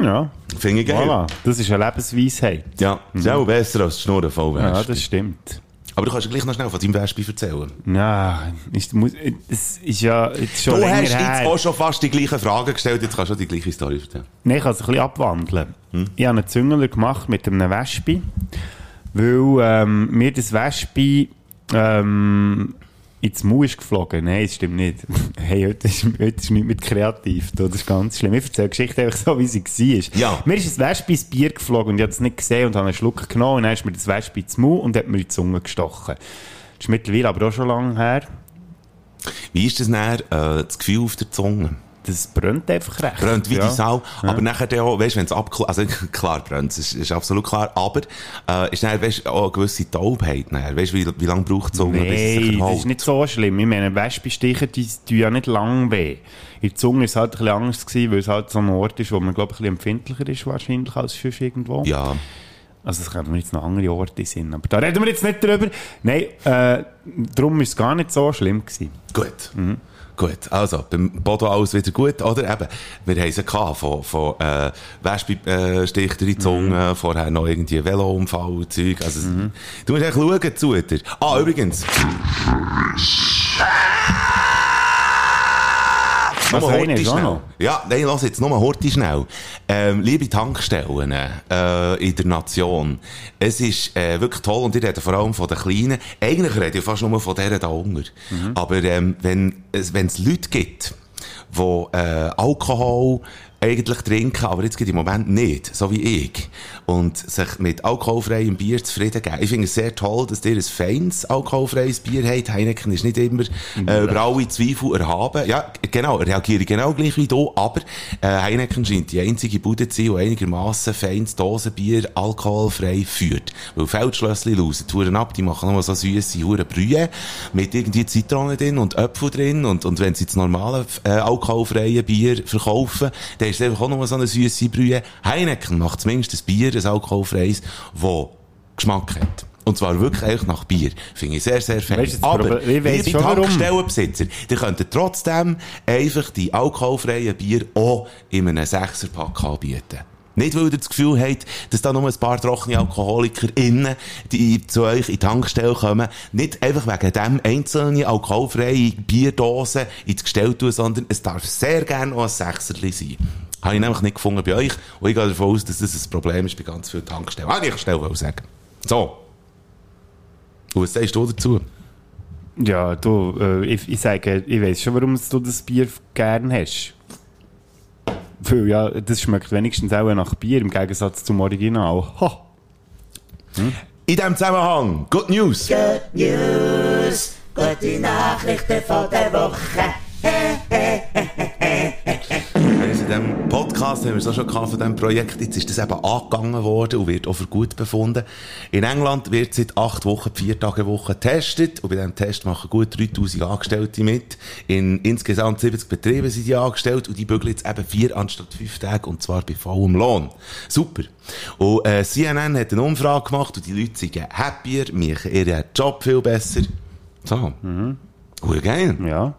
Speaker 3: Ja,
Speaker 2: Finde ich geil.
Speaker 3: voilà. Das ist eine Lebensweisheit.
Speaker 2: Ja, ist auch besser als die Schnurren voll Wespe.
Speaker 3: Ja, das stimmt.
Speaker 2: Aber du kannst ja gleich noch schnell von deinem Wespe erzählen.
Speaker 3: Ja, ist, muss, es ist ja jetzt schon
Speaker 2: Du
Speaker 3: länger
Speaker 2: hast jetzt
Speaker 3: her.
Speaker 2: auch schon fast oh, die gleichen Fragen gestellt, jetzt kannst du auch die gleiche Story erzählen.
Speaker 3: Nein, ich kann es ein bisschen abwandeln.
Speaker 2: Hm?
Speaker 3: Ich habe einen Züngler gemacht mit einem Wespe, weil ähm, mir das Wespe ähm, ins Maul ist geflogen. Nein, das stimmt nicht. Hey, heute ist, heute ist nicht mit kreativ. Das ist ganz schlimm. Ich erzähle die Geschichte einfach so, wie sie war.
Speaker 2: Ja.
Speaker 3: Mir ist ein Wespe ins Bier geflogen und ich habe es nicht gesehen und habe einen Schluck genommen und dann ist mir das Wespe ins Maul und hat mir in die Zunge gestochen. Das ist mittlerweile aber auch schon lange her.
Speaker 2: Wie ist das nachher, äh, das Gefühl auf der Zunge?
Speaker 3: Das brennt einfach recht.
Speaker 2: Brennt wie
Speaker 3: ja.
Speaker 2: die Sau, aber nachher dann auch, weißt du, wenn es abklärt, also klar brennt es, ist, ist absolut klar, aber äh, ist nachher, weißt du, auch eine gewisse Taubheit nachher, weißt du, wie, wie lange braucht die Zunge,
Speaker 3: Nein, das ist
Speaker 2: verhält?
Speaker 3: nicht so schlimm. Ich meine, Wespenstiche, die tun ja nicht lang weh. In der Zunge war es halt ein bisschen anders, gewesen, weil es halt so ein Ort ist, wo man, glaube ich, ein bisschen empfindlicher ist wahrscheinlich als sonst irgendwo.
Speaker 2: Ja,
Speaker 3: Also das können wir jetzt noch andere Orte sind, aber da reden wir jetzt nicht drüber. Nein, äh, darum war es gar nicht so schlimm. Gewesen.
Speaker 2: Gut. Gut, also, beim Bodo alles wieder gut, oder? Eben, wir haben sie gehabt, von, von äh, Wespenstich äh, in Zunge, vorher noch irgendwie Velounfall, Zeug, also, du musst echt schauen, zu dir. Ah, übrigens.
Speaker 3: Was
Speaker 2: Nur
Speaker 3: eine
Speaker 2: Horti
Speaker 3: ist auch
Speaker 2: schnell.
Speaker 3: noch.
Speaker 2: Ja, nein, lass jetzt nur Horti schnell. Ähm, liebe Tankstellen äh, in der Nation, es ist äh, wirklich toll und ihr redet vor allem von den Kleinen. Eigentlich redet ihr fast nur von denen da unten. Aber ähm, wenn es wenn's Leute gibt, die äh, Alkohol eigentlich trinken, aber jetzt gibt im Moment nicht, so wie ich. Und sich mit alkoholfreiem Bier zufrieden geben. Ich finde es sehr toll, dass ihr ein feines alkoholfreies Bier habt. Heineken ist nicht immer äh, über alle Zweifel erhaben. Ja, genau, reagiere ich genau gleich wie du, aber äh, Heineken scheint die einzige Bude zu sein, die einigermaßen feines Dosenbier alkoholfrei führt. Weil Feldschlössli lausen die Huren ab, die machen nur so süße Huren Brühe mit irgendwie Zitronen drin und Äpfel drin und, und wenn sie das normale äh, alkoholfreie Bier verkaufen, dann ist es einfach auch nur so eine süße Brühe. Heineken macht zumindest ein Bier, ein alkoholfreies, das Geschmack hat. Und zwar wirklich eigentlich nach Bier. Finde ich sehr, sehr fair.
Speaker 3: Weißt du, das
Speaker 2: Aber,
Speaker 3: Problem- ich weiss
Speaker 2: liebe
Speaker 3: schon, warum.
Speaker 2: Tankstellenbesitzer, die könnten trotzdem einfach die alkoholfreien Bier auch in einem Sechserpack anbieten. Nicht, weil ihr das Gefühl habt, dass da nur ein paar trockene AlkoholikerInnen die zu euch in die Tankstelle kommen, nicht einfach wegen dem einzelne alkoholfreie Bierdosen ins Gestell tun, sondern es darf sehr gerne auch ein Sechserli sein. Habe ich nämlich nicht gefunden bei euch und ich gehe davon aus, dass das ein Problem ist bei ganz vielen Tankstellen. Ah, ich schnell wollte sagen. So. Und was sagst du dazu?
Speaker 3: Ja, du, äh, ich, ich sage, ich weiß schon, warum du das Bier gern hast. Weil ja, das schmeckt wenigstens auch nach Bier, im Gegensatz zum Original. Ha.
Speaker 2: In diesem Zusammenhang, Good News! Also in diesem Podcast haben wir es auch schon gehabt von diesem Projekt. Jetzt ist das eben angegangen worden und wird auch für gut befunden. In England wird seit acht Wochen, vier Tage Woche getestet. Und bei diesem Test machen gut 3000 Angestellte mit. In insgesamt 70 Betrieben sind die angestellt. Und die bügeln jetzt eben vier anstatt fünf Tage. Und zwar bei vollem Lohn. Super. Und äh, CNN hat eine Umfrage gemacht. Und die Leute sind happier, machen ihren Job viel besser. So. Mhm. Gut, geil.
Speaker 3: Ja.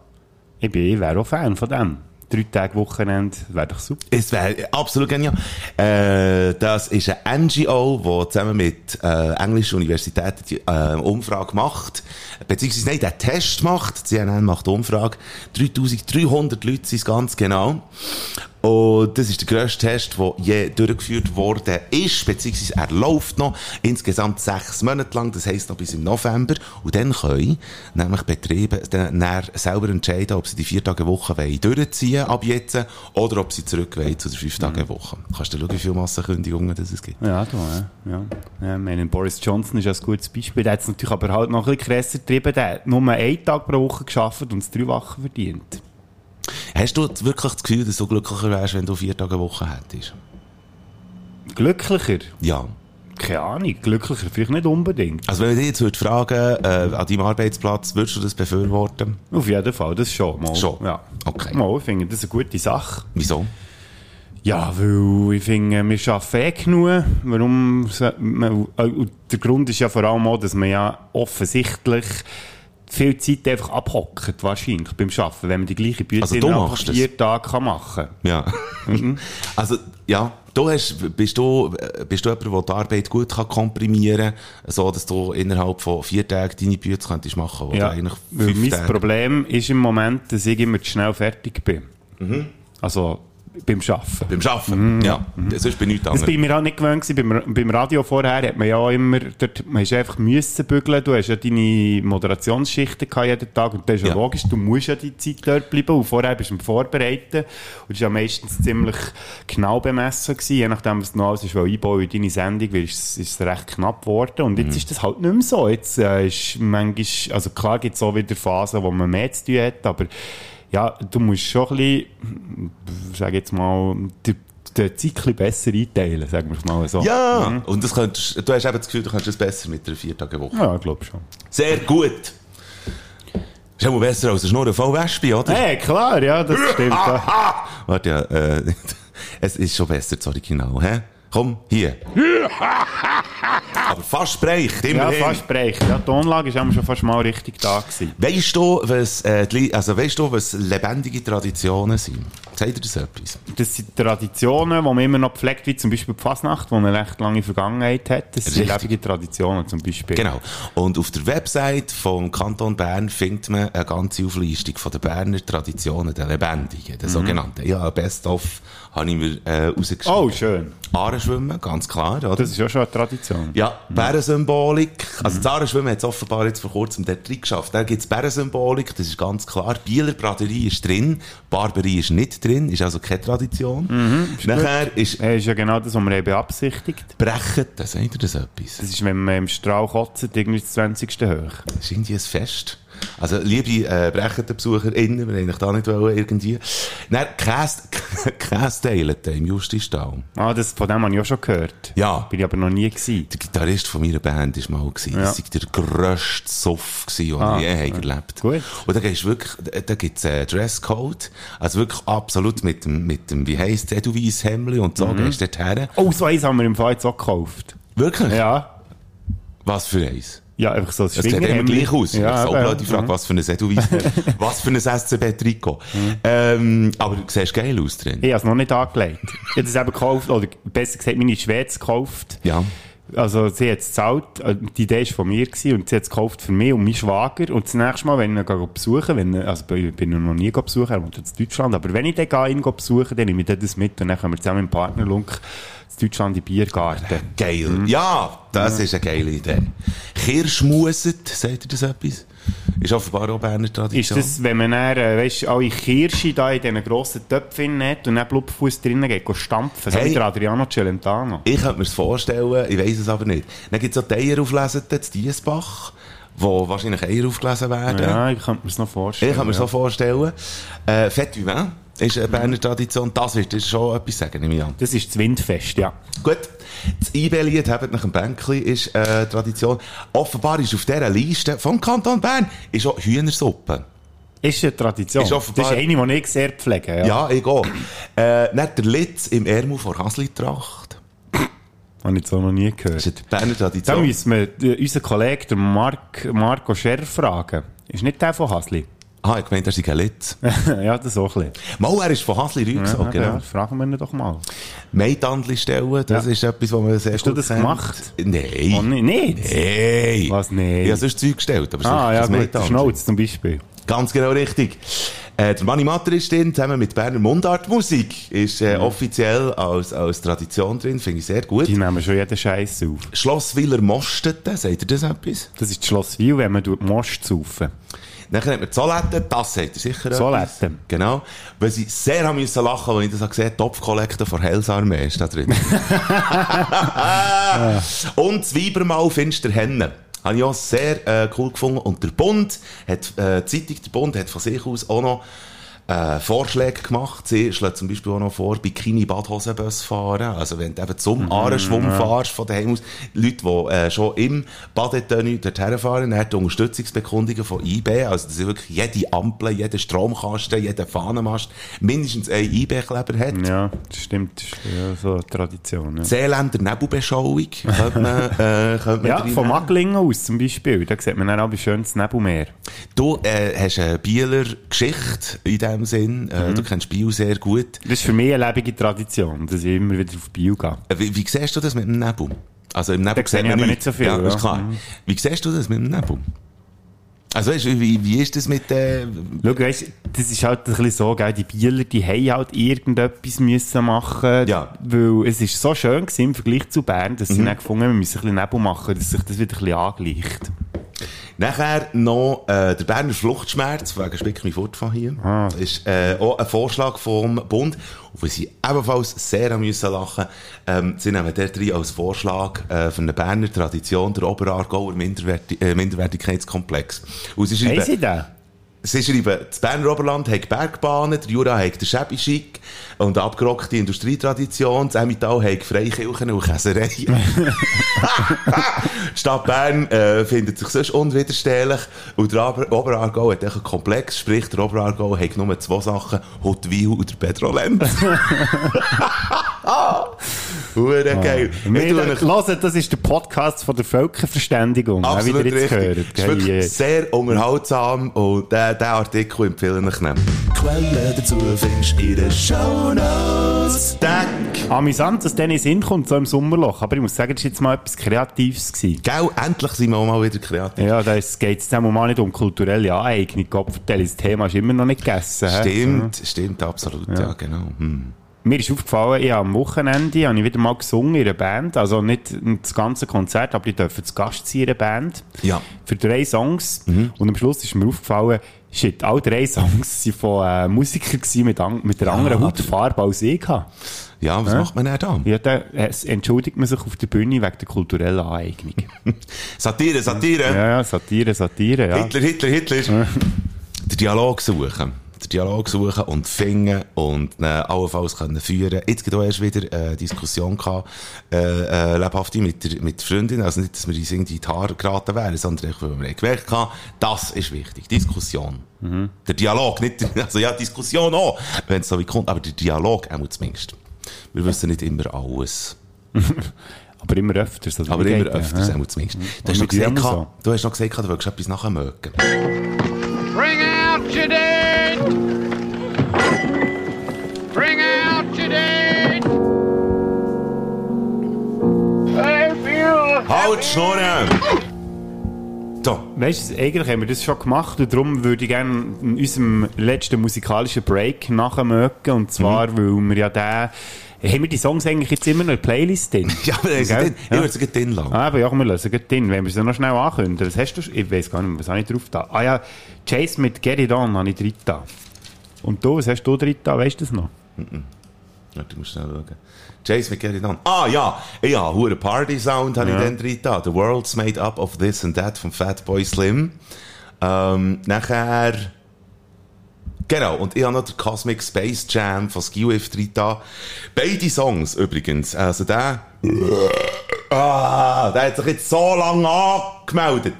Speaker 3: Ich, bin- ich wäre auch Fan von dem. Drei Tage Wochenende wäre doch super.
Speaker 2: Es wäre absolut genial. Äh, das ist eine NGO, die zusammen mit äh, englischen Universitäten die äh, Umfrage macht, beziehungsweise nein, den Test macht. Die CNN macht die Umfrage. 3300 Leute sind es ganz genau. Und das ist der grösste Test, der je durchgeführt worden ist, beziehungsweise er läuft noch insgesamt sechs Monate lang, das heisst noch bis im November. Und dann können nämlich Betriebe dann dann selber entscheiden, ob sie die vier Tage Woche wollen durchziehen ab jetzt oder ob sie zurück wollen zu der fünf Tage Woche. Kannst du schauen, wie viele Massenkündigungen das es gibt?
Speaker 3: Ja, du, ja. ja. ja ich meine, Boris Johnson ist ja ein gutes Beispiel. Der hat es natürlich aber halt noch ein bisschen krasser getrieben. Der hat nur einen Tag pro Woche geschafft und es drei Wochen verdient.
Speaker 2: Hast du wirklich das Gefühl, dass du glücklicher wärst, wenn du vier Tage Woche hättest?
Speaker 3: Glücklicher?
Speaker 2: Ja.
Speaker 3: Keine Ahnung. Glücklicher vielleicht nicht unbedingt.
Speaker 2: Also wenn ich dich jetzt würde fragen, äh, an deinem Arbeitsplatz, würdest du das befürworten?
Speaker 3: Auf jeden Fall, das schon. Mal.
Speaker 2: Schon?
Speaker 3: Ja.
Speaker 2: Okay.
Speaker 3: Mal, ich finde das ist eine gute Sache.
Speaker 2: Wieso?
Speaker 3: Ja, weil ich finde, wir arbeiten eh genug. Warum sollte man, äh, und der Grund ist ja vor allem auch, dass man ja offensichtlich viel Zeit einfach abhockt, wahrscheinlich, beim Arbeiten, wenn man die gleiche Bücher
Speaker 2: Also du
Speaker 3: innerhalb
Speaker 2: machst
Speaker 3: von vier Tagen kann machen kann.
Speaker 2: Ja. also, ja, du hast, bist du, äh, bist du jemand, der die Arbeit gut kann komprimieren kann, so dass du innerhalb von vier Tagen deine Bücher könntest machen oder
Speaker 3: Ja,
Speaker 2: eigentlich
Speaker 3: weil
Speaker 2: fünf
Speaker 3: mein
Speaker 2: Tage.
Speaker 3: Problem ist im Moment, dass ich immer zu schnell fertig bin.
Speaker 2: Mhm.
Speaker 3: Also beim Arbeiten.
Speaker 2: Beim Schaffen, ja. Sonst bei nichts
Speaker 3: Mhm. Das
Speaker 2: anderem.
Speaker 3: bin ich mir auch nicht gewöhnt. gewesen. Beim, beim Radio vorher hat man ja auch immer, dort, man ist einfach müssen bügeln. Du hast ja deine Moderationsschichten gehabt jeden Tag. Und das ist ja,
Speaker 2: Ja.
Speaker 3: logisch. Du musst ja die Zeit dort bleiben. Und vorher bist du am Vorbereiten. Und das ist ja meistens ziemlich genau bemessen gewesen. Je nachdem, was du noch alles ist, weil einbauen in deine Sendung, weil es ist es recht knapp geworden. Und jetzt ist das halt nicht mehr so. Jetzt äh, ist manchmal, also klar gibt es auch wieder Phasen, wo man mehr zu tun hat, aber ja, du musst schon ein bisschen, ich sage jetzt mal, den, den Zyklus besser einteilen, sagen wir es mal so.
Speaker 2: Ja,
Speaker 3: Mhm.
Speaker 2: und das könntest, du hast eben das Gefühl, du könntest es besser mit einer vier Tage Woche.
Speaker 3: Ja, ich glaube schon.
Speaker 2: Sehr gut. Ist auch besser als eine Schnur voll Wespe, oder?
Speaker 3: Hey, klar, ja, das stimmt. ja.
Speaker 2: Aha! Warte, ja, äh, es ist schon besser, das Original, hä? Komm, hier. Aber fast sprecht,
Speaker 3: Ja,
Speaker 2: immerhin.
Speaker 3: fast sprechen. Ja, die Tonlage ist ja schon fast mal richtig da gewesen.
Speaker 2: Weißt du, was, äh, die Li- also weißt du, was lebendige Traditionen sind? Sagt ihr das etwas?
Speaker 3: Das sind Traditionen, die man immer noch pflegt, wie zum Beispiel die Fasnacht, die eine recht lange Vergangenheit hat. Das sind
Speaker 2: Richtig.
Speaker 3: lebende Traditionen zum Beispiel.
Speaker 2: Genau. Und auf der Website vom Kanton Bern findet man eine ganze Auflistung von den Berner Traditionen, den lebendigen,
Speaker 3: Mhm.
Speaker 2: den sogenannten. Ja, Best-of habe ich mir äh, rausgeschrieben.
Speaker 3: Oh, schön.
Speaker 2: Aare schwimmen, ganz klar, oder?
Speaker 3: Das ist ja schon eine Tradition.
Speaker 2: ja, Bärensymbolik. Also, das Aarenschwimmen hat es offenbar jetzt vor kurzem dort drin geschafft. Da gibt es Bärensymbolik, das ist ganz klar. Bieler Braderie ist drin, Barberie ist nicht drin, ist also keine Tradition.
Speaker 3: Mhm.
Speaker 2: Nachher ist
Speaker 3: Das ist ja genau das, was wir eben beabsichtigt.
Speaker 2: Brechen, da sagt ihr das etwas.
Speaker 3: Das ist, wenn man im Strahl kotzt, irgendwie das 20. hoch.
Speaker 2: Das ist irgendwie ein Fest. Also, liebe äh, BrechertenbesucherInnen, wir haben euch da nicht wollen, irgendwie. Dann, Käse, Käse teilen da im Justistaum.
Speaker 3: Ah, das, von dem habe ich auch schon gehört.
Speaker 2: Ja.
Speaker 3: Bin ich aber noch nie gewesen.
Speaker 2: Der Gitarrist von meiner Band war mal. Gewesen. Das war der grösste Suff, gewesen, den
Speaker 3: Ah,
Speaker 2: ich je habe erlebt
Speaker 3: Gut.
Speaker 2: Und da gehst du wirklich, da gibt's äh, Dresscode. Also wirklich absolut mit dem, mit dem, wie heisst es, Edelweiss Hemli und so gehst du dort her.
Speaker 3: Oh, so eins haben wir im Fall jetzt auch gekauft.
Speaker 2: Wirklich?
Speaker 3: Ja.
Speaker 2: Was für eins?
Speaker 3: Ja, einfach so ein
Speaker 2: Das sieht immer
Speaker 3: Schwingerhemd.
Speaker 2: gleich aus. Ja,
Speaker 3: Ja,
Speaker 2: das ist auch blöd, die
Speaker 3: eben.
Speaker 2: Frage, was für ein Edelweiss, was für ein SCB-Trikot. ähm, aber du siehst geil aus drin.
Speaker 3: Ich habe es noch nicht angelegt. Ich habe es eben gekauft, oder besser gesagt, meine Schwäze gekauft.
Speaker 2: Ja.
Speaker 3: Also sie hat es gezahlt, äh, die Idee war von mir gewesen, und sie hat es gekauft für mich und meinen Schwager. Und das nächste Mal, wenn ich ihn gehe besuchen wenn ich- also ich bin ihn noch nie gegangen besuchen, er wohnt jetzt in Deutschland, aber wenn ich den gehe, ihn gehe besuchen dann nehme ich dann das mit und dann können wir zusammen im Partnerlunk in Deutschland in den Biergarten.
Speaker 2: Geil.
Speaker 3: Mhm.
Speaker 2: Ja, das ist eine geile Idee. Kirschmuset, sagt ihr das etwas? Ist offenbar auch Berner
Speaker 3: Ist
Speaker 2: Tradition.
Speaker 3: das, wenn man dann, äh, weißt, alle Kirsche da in diesen grossen Töpfen hat und dann Blubfuß drinnen geht, geht stampfen, so
Speaker 2: Hey.
Speaker 3: wie der Adriano Celentano.
Speaker 2: Ich könnte mir vorstellen, ich weiß es aber nicht. Dann gibt es auch die Eier auflesen, in Diesbach, wo wahrscheinlich Eier aufgelesen werden.
Speaker 3: Ja, ich könnte mir das noch vorstellen.
Speaker 2: Ich kann mir
Speaker 3: ja.
Speaker 2: so vorstellen. Äh, Fett du Vin ist eine eh, Berner Tradition. Das wird dir schon etwas sagen, nehme ich an.
Speaker 3: Das ist das Windfest, ja.
Speaker 2: Gut. Das IB-Lied «Hebt nach dem Bänkli» ist äh, Tradition. Offenbar ist auf dieser Liste vom Kanton Bern ist auch Hühnersuppe.
Speaker 3: Ist eine Tradition.
Speaker 2: Ist offenbar-
Speaker 3: das ist eine, die ich sehr pflege. Ja.
Speaker 2: Ja, ich auch. Äh, nicht der Litz im Ärmel von Haslitracht.
Speaker 3: Habe ich so noch nie
Speaker 2: Das
Speaker 3: gehört.
Speaker 2: ist die Berner
Speaker 3: Da
Speaker 2: Tradition.
Speaker 3: müssen wir äh, unseren Kollegen, den Mark, Marco Scher, fragen. Ist nicht der von Hasli?
Speaker 2: Ah, ich meinte, er sei ein Litz.
Speaker 3: ja, das auch ein bisschen.
Speaker 2: Mal, er ist von Hasli Rügsau,
Speaker 3: Ja,
Speaker 2: genau.
Speaker 3: ja, fragen wir ihn doch mal.
Speaker 2: Meitandli stellen, das
Speaker 3: Ja.
Speaker 2: ist etwas, was man sehr
Speaker 3: Hast du
Speaker 2: gut
Speaker 3: das
Speaker 2: kennt.
Speaker 3: gemacht?
Speaker 2: Nein.
Speaker 3: Oh, ni- nicht?
Speaker 2: Hey!
Speaker 3: Was nicht?
Speaker 2: Ich habe sonst Zeug gestellt, aber
Speaker 3: ah,
Speaker 2: sicher
Speaker 3: ja,
Speaker 2: das
Speaker 3: gut. Der
Speaker 2: Meitandli.
Speaker 3: Schnauz zum Beispiel.
Speaker 2: Ganz genau richtig. Äh, der Manni Matter ist drin, zusammen mit Berner Mundartmusik. Ist äh, offiziell als, als Tradition drin, finde ich sehr gut.
Speaker 3: Die nehmen schon jeden Scheiß auf.
Speaker 2: Schloss Willer Mosteten, sagt ihr das etwas?
Speaker 3: Das ist Schloss Wiel, wenn man durch die Most saufen.
Speaker 2: Dann hat man Zoletten, das sagt ihr sicher
Speaker 3: Zoletten.
Speaker 2: etwas. Genau. Weil sie sehr haben müssen lachen, als ich das gesehen habe. Topfkollekte von Helsarmee ist da drin. Und das Weibermal findest du Henne. Habe ich auch sehr äh, cool gefunden. Und der Bund hat, äh, die Zeitung der Bund hat von sich aus auch noch äh, Vorschläge gemacht. Sie schlägt zum Beispiel auch noch vor, Bikini-Badhosenbus fahren. Also wenn du eben zum
Speaker 3: Mhm,
Speaker 2: Aarenschwumm fährst von daheim aus, Leute, die äh, schon im Badetenue dorthin fahren, dann hat die Unterstützungsbekundungen von IB, also dass wirklich jede Ampel, jeder Stromkasten, jeder Fahnenmast mindestens einen IB-Kleber hat.
Speaker 3: Ja, das stimmt. Das ist ja so eine Tradition. Ja.
Speaker 2: Seeländer Nebelbeschauung könnte man, äh, könnte man
Speaker 3: Ja,
Speaker 2: reinnehmen.
Speaker 3: von Macklingen aus zum Beispiel. Da sieht man dann auch wie schön das Nebelmeer.
Speaker 2: Du äh, hast eine Bieler Geschichte in dem Sinn. Äh,
Speaker 3: Mhm.
Speaker 2: Du kennst Biel sehr gut.
Speaker 3: Das ist für mich eine lebende Tradition, dass ich immer wieder auf Biel gehe.
Speaker 2: Äh, Wie, wie siehst du das mit dem Nebel? Also im Nebel
Speaker 3: sehe ich aber nicht so viel,
Speaker 2: Ja, ist
Speaker 3: ja. Mhm.
Speaker 2: klar. Wie siehst du das mit dem Nebel? Also weißt du, wie, wie ist das mit äh,
Speaker 3: Schau, weißt, das ist halt ein bisschen so, gell, die Bieler, die haben halt irgendetwas müssen machen,
Speaker 2: Ja. Mhm.
Speaker 3: weil es ist so schön gewesen im Vergleich zu Bern, dass sie dann gefunden haben, wir müssen ein bisschen Nebel machen, dass sich das wieder ein bisschen angleicht.
Speaker 2: Nachher noch äh, der Berner Fluchtschmerz, wegen Spick mich fort von hier,
Speaker 3: Ah.
Speaker 2: ist äh, auch ein Vorschlag vom Bund, auf den sie ebenfalls sehr haben müssen lachen ähm, Sie nehmen dort rein als Vorschlag äh, für eine Berner Tradition der Oberaargauer Minderwerti äh, Minderwertigkeitskomplex. Und sie
Speaker 3: Haben
Speaker 2: schreiben,
Speaker 3: sie den?
Speaker 2: sie schreiben, das Berner Oberland hat Bergbahnen, der Jura hat den Schäbischick und eine abgerockte Industrietradition, das Emmental hat Freikirchen und Käsereien. Die Stadt Bern äh, findet sich sonst unwiderstehlich und der Aber Oberaargau hat echt einen Komplex, sprich der Oberaargau hat nur zwei Sachen, Hotwil und der Petrolenz. Hure
Speaker 3: Ah,
Speaker 2: geil. Ich
Speaker 3: Wir,
Speaker 2: tue euch-
Speaker 3: hört, das ist der Podcast von der Völkerverständigung. auch
Speaker 2: Absolut
Speaker 3: wieder jetzt
Speaker 2: richtig.
Speaker 3: gehört.
Speaker 2: Ist
Speaker 3: Hey,
Speaker 2: wirklich
Speaker 3: äh,
Speaker 2: sehr unterhaltsam und der, der Artikel empfehle ich nehmen.
Speaker 4: Quelle dazu findest du in den Shownotes.
Speaker 2: Dank!
Speaker 3: Amüsant, dass der in den Sinn kommt, so im Sommerloch. Aber ich muss sagen, das war jetzt mal etwas Kreatives. Gewesen.
Speaker 2: Gell, endlich sind wir auch mal wieder kreativ.
Speaker 3: Ja, da geht es mal nicht um kulturelle Aneignung. Gott vertelle, das Thema ist immer noch nicht gegessen. hä?
Speaker 2: Stimmt, stimmt, absolut. Ja, genau. Hm.
Speaker 3: Mir ist aufgefallen, ich habe am Wochenende habe ich wieder mal gesungen in einer Band. Also nicht das ganze Konzert, aber ich durfte zu Gast sein in einer Band.
Speaker 2: Ja.
Speaker 3: Für drei Songs.
Speaker 2: Mhm.
Speaker 3: Und am Schluss ist mir aufgefallen, shit, alle drei Songs waren von äh, Musikern gewesen mit, an, mit einer anderen Hautfarbe als ich. hatte.
Speaker 2: ja, was macht man denn da?
Speaker 3: Ja, da äh, es entschuldigt man sich auf der Bühne wegen der kulturellen Aneignung.
Speaker 2: Satire, Satire!
Speaker 3: ja, ja, Satire, Satire, ja.
Speaker 2: Hitler, Hitler, Hitler! Den Dialog suchen. Den Dialog suchen und finden und äh, allenfalls können führen. Jetzt gibt auch erst wieder eine Diskussion gehabt, äh, äh, lebhafte mit der, mit der Freundin. Also nicht, dass wir uns irgendwie in die Haare geraten wären, sondern einfach, weil wir haben gemerkt haben, das ist wichtig. Diskussion.
Speaker 3: Mhm.
Speaker 2: Der Dialog, nicht, der- also ja, Diskussion auch, wenn es so weit kommt, aber der Dialog auch zumindest. Wir wissen nicht immer alles.
Speaker 3: Aber immer öfters. oder
Speaker 2: Aber
Speaker 3: wie
Speaker 2: immer
Speaker 3: geht das,
Speaker 2: öfters,
Speaker 3: hä? Mhm.
Speaker 2: auch zumindest. Du
Speaker 3: Und
Speaker 2: hast,
Speaker 3: wir
Speaker 2: noch gesagt,
Speaker 3: tun auch
Speaker 2: gehabt- du hast noch gesagt, gehabt, du wolltest etwas nachher mögen.
Speaker 8: Bring out your dead! Bring out your dead! I feel
Speaker 2: Halt, Schnurren! So,
Speaker 3: Weißt du, eigentlich haben wir das schon gemacht und darum würde ich gerne in unserem letzten musikalischen Break nachmögen. Und zwar,
Speaker 2: Mhm.
Speaker 3: weil wir ja den. Haben wir die Songs eigentlich jetzt immer noch in der Playlist drin?
Speaker 2: ja, aber ich
Speaker 3: Gell?
Speaker 2: würde es gleich drin lassen.
Speaker 3: Ah, aber ja, wir lösen gleich drin. Wenn wir sie noch schnell ankündigen. Was hast du? schon- Ich weiß gar nicht mehr, was habe ich drauf da? Ah ja, Chase mit Get It On habe ich drin da. Und du, was hast du drin da? Weißt du das noch?
Speaker 2: Warte, Du musst schnell schauen. Chase McGarry an. Ah, ja, ja, hoher Party Sound habe ich dann drin da. The World's Made Up of This and That von Fatboy Slim. Ähm, nachher. Genau, und ich habe noch den Cosmic Space Jam von Skiwift drin da. Beide Songs übrigens. Also der. Ah, der hat sich jetzt so lange angemeldet.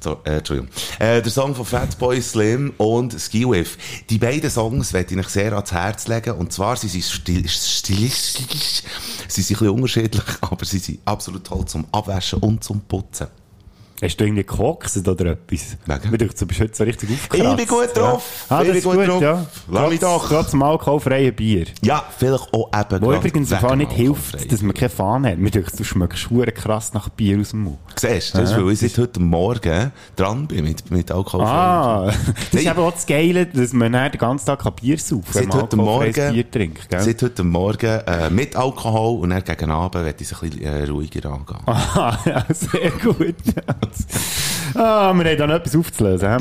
Speaker 2: So, äh, Entschuldigung. Äh, der Song von Fatboy Slim und Ski Whiff. Die beiden Songs werde ich euch sehr ans Herz legen. Und zwar, sie sind stil- stilistisch, sie sind ein bisschen unterschiedlich, aber sie sind absolut toll zum Abwaschen und zum Putzen.
Speaker 3: Hast du irgendwie gekokst oder etwas?
Speaker 2: Wegen?
Speaker 3: Mir dachte, du bist heute so richtig aufgekratzt.
Speaker 2: Ich bin gut drauf.
Speaker 3: Ja. Ah,
Speaker 2: Ich
Speaker 3: das
Speaker 2: bin
Speaker 3: ist
Speaker 2: gut
Speaker 3: gut,
Speaker 2: drauf.
Speaker 3: ja.
Speaker 2: Lass mich
Speaker 3: Trotz-
Speaker 2: doch.
Speaker 3: Trotz dem alkoholfreien Bier.
Speaker 2: Ja, vielleicht auch eben
Speaker 3: Wo
Speaker 2: gerade
Speaker 3: übrigens
Speaker 2: wegen
Speaker 3: auch nicht
Speaker 2: dem
Speaker 3: hilft,
Speaker 2: Alkoholfreien.
Speaker 3: dass man keine Fahne hat. Mir denkt, du schmeckst hure krass nach Bier aus dem Mund.
Speaker 2: Siehst du, das ist, weil ich seit heute Morgen dran bin mit, mit Alkohol.
Speaker 3: Ah, das ist
Speaker 2: Nein.
Speaker 3: eben auch das Geile, dass man dann den ganzen Tag kein Bier saufen
Speaker 2: Seit heute Morgen,
Speaker 3: Bier trinkt, gell?
Speaker 2: seit heute Morgen äh, mit Alkohol und dann gegen Abend werde ich es ein bisschen äh, ruhiger angehen.
Speaker 3: Ah, ja, sehr gut. ah, wir haben da noch etwas aufzulösen. hä?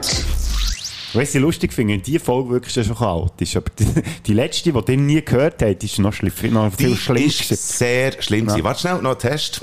Speaker 3: Weißt du, was ich lustig finde, die Folge wirklich schon alt ist, aber die, die letzte, die ihr nie gehört habt, ist noch, schlimm, noch
Speaker 2: Die
Speaker 3: viel schlimmer.
Speaker 2: ist sehr schlimm. gewesen. Warte schnell, noch einen Test.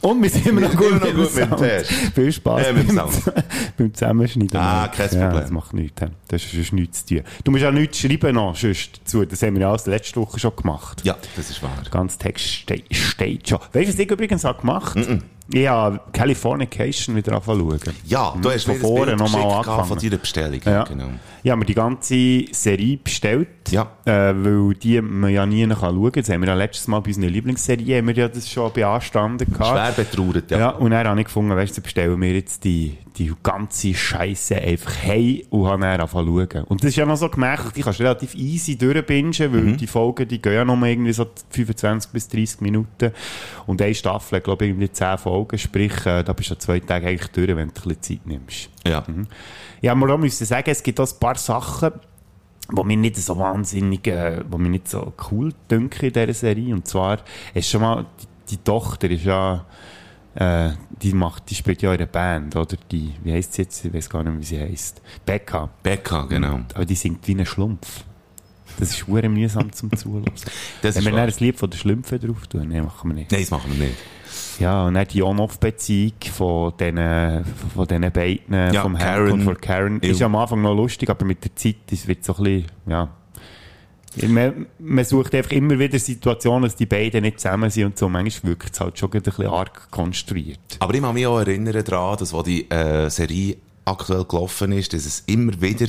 Speaker 3: Und wir sind immer noch
Speaker 2: sind
Speaker 3: gut,
Speaker 2: immer noch gut
Speaker 3: dem
Speaker 2: mit dem
Speaker 3: Sound.
Speaker 2: Test.
Speaker 3: Viel Spaß
Speaker 2: Äh, mit dem
Speaker 3: beim,
Speaker 2: Sound.
Speaker 3: beim Zusammenschneiden.
Speaker 2: Ah, kein
Speaker 3: Ja,
Speaker 2: Problem.
Speaker 3: das macht nichts. hä. Das ist sonst nichts zu tun. Du musst auch nichts schreiben noch, sonst dazu. Das haben wir ja alles letzte Woche schon gemacht.
Speaker 2: Ja, das ist wahr.
Speaker 3: Der ganze Text ste steht schon. Weißt du, was ich übrigens auch gemacht habe? Ich habe Californication wieder anfangen zu schauen.
Speaker 2: Ja, du hast
Speaker 3: Mhm. Von
Speaker 2: mir das
Speaker 3: vorne
Speaker 2: Bild
Speaker 3: noch mal
Speaker 2: geschickt gehabt
Speaker 3: angefangen.
Speaker 2: von deiner Bestellung.
Speaker 3: Ja.
Speaker 2: Genau.
Speaker 3: Ich habe mir die ganze Serie bestellt,
Speaker 2: Ja.
Speaker 3: äh, weil die man ja nie noch schauen kann. Das haben wir ja letztes Mal bei unserer Lieblingsserie haben wir ja das schon beanstanden.
Speaker 2: Schwer
Speaker 3: Gehabt.
Speaker 2: betrauert,
Speaker 3: Ja.
Speaker 2: ja.
Speaker 3: und dann habe ich gefunden, weißt du, bestellen wir jetzt die, die ganze Scheiße einfach hey und habe dann angefangen zu schauen. Und das ist ja noch so gemerkt, die kannst du relativ easy durchbingen, weil die Folgen, die gehen ja noch mal irgendwie so 25 bis 30 Minuten. Und eine Staffel, glaube ich, irgendwie 10 Folgen, sprich, äh, da bist du an zwei Tagen eigentlich durch, wenn du ein bisschen Zeit nimmst.
Speaker 2: Ja.
Speaker 3: Ja, man auch müssen sagen, es gibt auch ein paar Sachen, wo mir nicht so wahnsinnig, äh, wo mir nicht so cool dünken in dieser Serie. Und zwar ist schon mal, die, die Tochter ist ja, äh, die macht, die spielt ja in einer Band, oder? Die, wie heisst sie jetzt? Ich weiß gar nicht mehr, wie sie heisst. Becca.
Speaker 2: Becca,
Speaker 3: Mhm.
Speaker 2: genau.
Speaker 3: Aber die singt wie ein Schlumpf. Das ist hure mühsam zum Zuhören.
Speaker 2: Das
Speaker 3: Wenn
Speaker 2: ist wahr.
Speaker 3: wir dann
Speaker 2: Nein,
Speaker 3: das Lied von den Schlümpfen drauf tun, nein, machen wir nicht.
Speaker 2: das machen wir nicht.
Speaker 3: Ja, und dann die On-Off-Beziehung von diesen, von diesen beiden,
Speaker 2: Ja,
Speaker 3: vom
Speaker 2: Karen.
Speaker 3: Hank und von Karen, ist
Speaker 2: Ew.
Speaker 3: am Anfang noch lustig, aber mit der Zeit es wird so ein bisschen, ja. Man, man sucht einfach immer wieder Situationen, dass die beiden nicht zusammen sind und so. Manchmal wirkt es halt schon gerade ein bisschen arg konstruiert.
Speaker 2: Aber ich kann mich auch erinnern daran, dass wo die äh, Serie aktuell gelaufen ist, dass es immer wieder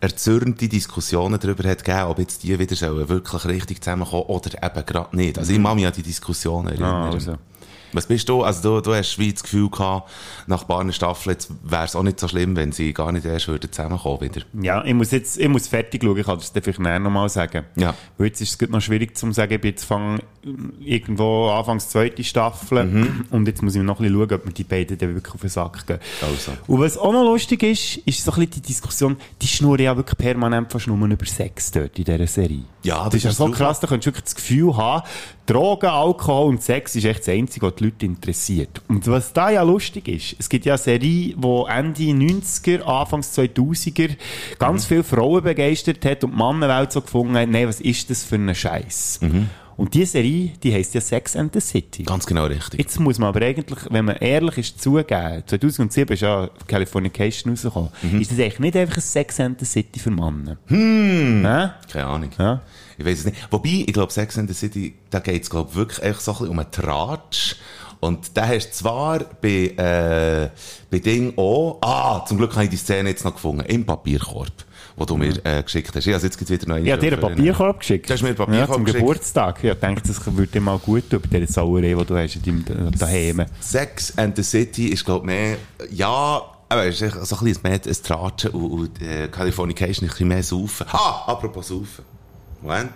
Speaker 2: erzürnte Diskussionen darüber hat gegeben, ob jetzt die wieder sollen wirklich richtig zusammenkommen oder eben gerade nicht. Also ich kann mich an die Diskussionen erinnern.
Speaker 3: Mhm. Ah, also.
Speaker 2: Was bist du? Also du, du hast wie das Gefühl gehabt, nach ein paar Staffeln jetzt wäre es auch nicht so schlimm, wenn sie gar nicht erst würden zusammenkommen wieder.
Speaker 3: Ja, ich muss jetzt ich muss fertig schauen, ich kann das dann vielleicht nachher nochmal sagen.
Speaker 2: Ja.
Speaker 3: Weil jetzt ist es gerade noch schwierig zu sagen, ich bin jetzt fang, irgendwo Anfangs zweite Staffel
Speaker 2: Mhm.
Speaker 3: und jetzt muss ich noch ein bisschen schauen, ob mir die beiden dann wirklich auf den Sack gehen.
Speaker 2: Also.
Speaker 3: Und was auch noch lustig ist, ist so ein bisschen die Diskussion, die schnurren ja wirklich permanent fast nur über Sex dort in dieser Serie.
Speaker 2: Ja,
Speaker 3: das,
Speaker 2: das
Speaker 3: ist ja
Speaker 2: ist
Speaker 3: so
Speaker 2: super.
Speaker 3: krass, da könntest du wirklich das Gefühl haben, Drogen, Alkohol und Sex ist echt das Einzige, was die Leute interessiert. Und was da ja lustig ist, es gibt ja eine Serie, die Ende 90er, Anfangs 2000er ganz viele Frauen begeistert hat und die Männerwelt so gefunden hat, nein, was ist das für ein Scheiß? Und diese Serie, die heisst ja Sex and the City.
Speaker 2: Ganz genau richtig.
Speaker 3: Jetzt muss man aber eigentlich, wenn man ehrlich ist, zugeben, 2007 ist ja Californication rausgekommen, ist das eigentlich nicht einfach ein Sex and the City für Männer. Hm.
Speaker 2: Keine Ahnung.
Speaker 3: Ja.
Speaker 2: Ich weiß es nicht. Wobei, ich glaube, Sex in the City, da geht es glaub, wirklich echt so ein bisschen um einen Tratsch. Und den hast du zwar bei, äh, bei Ding auch, ah, zum Glück habe ich die Szene jetzt noch gefunden, im Papierkorb, wo du mir äh, geschickt hast. Ich habe jetzt wieder noch
Speaker 3: Ich habe Mhm. dir einen Papierkorb geschickt.
Speaker 2: Du hast mir einen Papierkorb
Speaker 3: ja, zum
Speaker 2: geschickt.
Speaker 3: Geburtstag. Ich dachte, das würde dir mal gut tun, bei dieser Sauerei, die du hast in deinem äh, daheim.
Speaker 2: Sex and the City ist, glaube ich, mehr, ja, aber es ist echt so ein bisschen mehr ein Tratschen und, und äh, Californication ist ein bisschen mehr Saufen. Ah, apropos Saufen. Moment.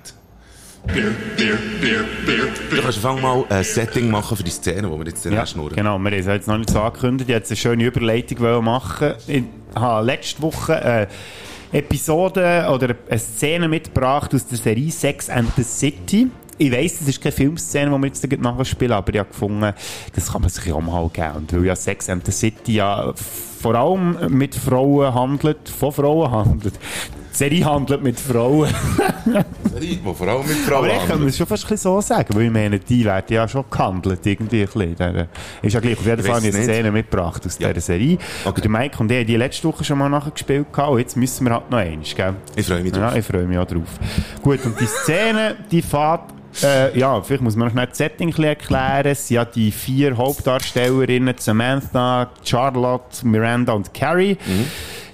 Speaker 6: Beer, beer, beer, beer,
Speaker 2: Du
Speaker 6: beer.
Speaker 2: kannst fang mal ein Setting machen für die Szene, wo wir jetzt den ja, schnurren.
Speaker 3: genau. Wir haben es ja jetzt noch nicht so angekündigt. Ich wollte jetzt eine schöne Überleitung wollen machen. Ich habe letzte Woche eine Episode oder eine Szene mitgebracht aus der Serie Sex and the City. Ich weiss, das ist keine Filmszene, die wir jetzt gerade nachspielen, aber ich habe gefunden, das kann man sich ja auch mal geben. Und weil ja Sex and the City ja vor allem mit Frauen handelt, von Frauen handelt, die Serie handelt mit Frauen.
Speaker 2: Genau. Vor allem mit
Speaker 3: Aber
Speaker 2: Frauen.
Speaker 3: ich kann es schon fast ein bisschen so sagen, weil ich meine, die werden ja schon gehandelt, irgendwie ein bisschen. Dann, äh, Ist ja gleich, auf jeden Fall
Speaker 2: weiss
Speaker 3: habe ich eine
Speaker 2: nicht.
Speaker 3: Szene mitgebracht aus
Speaker 2: Ja.
Speaker 3: dieser Serie.
Speaker 2: Okay.
Speaker 3: Und der Mike und ich haben die letzte Woche schon mal nachgespielt gehabt, und jetzt müssen wir halt noch eins, gell?
Speaker 2: Ich freue mich drauf.
Speaker 3: Ja, ich freue mich auch drauf. Gut, und die Szene, die fährt, äh, ja, vielleicht muss man noch schnell das Setting ein bisschen erklären. Es sind ja die vier Hauptdarstellerinnen, Samantha, Charlotte, Miranda und Carrie.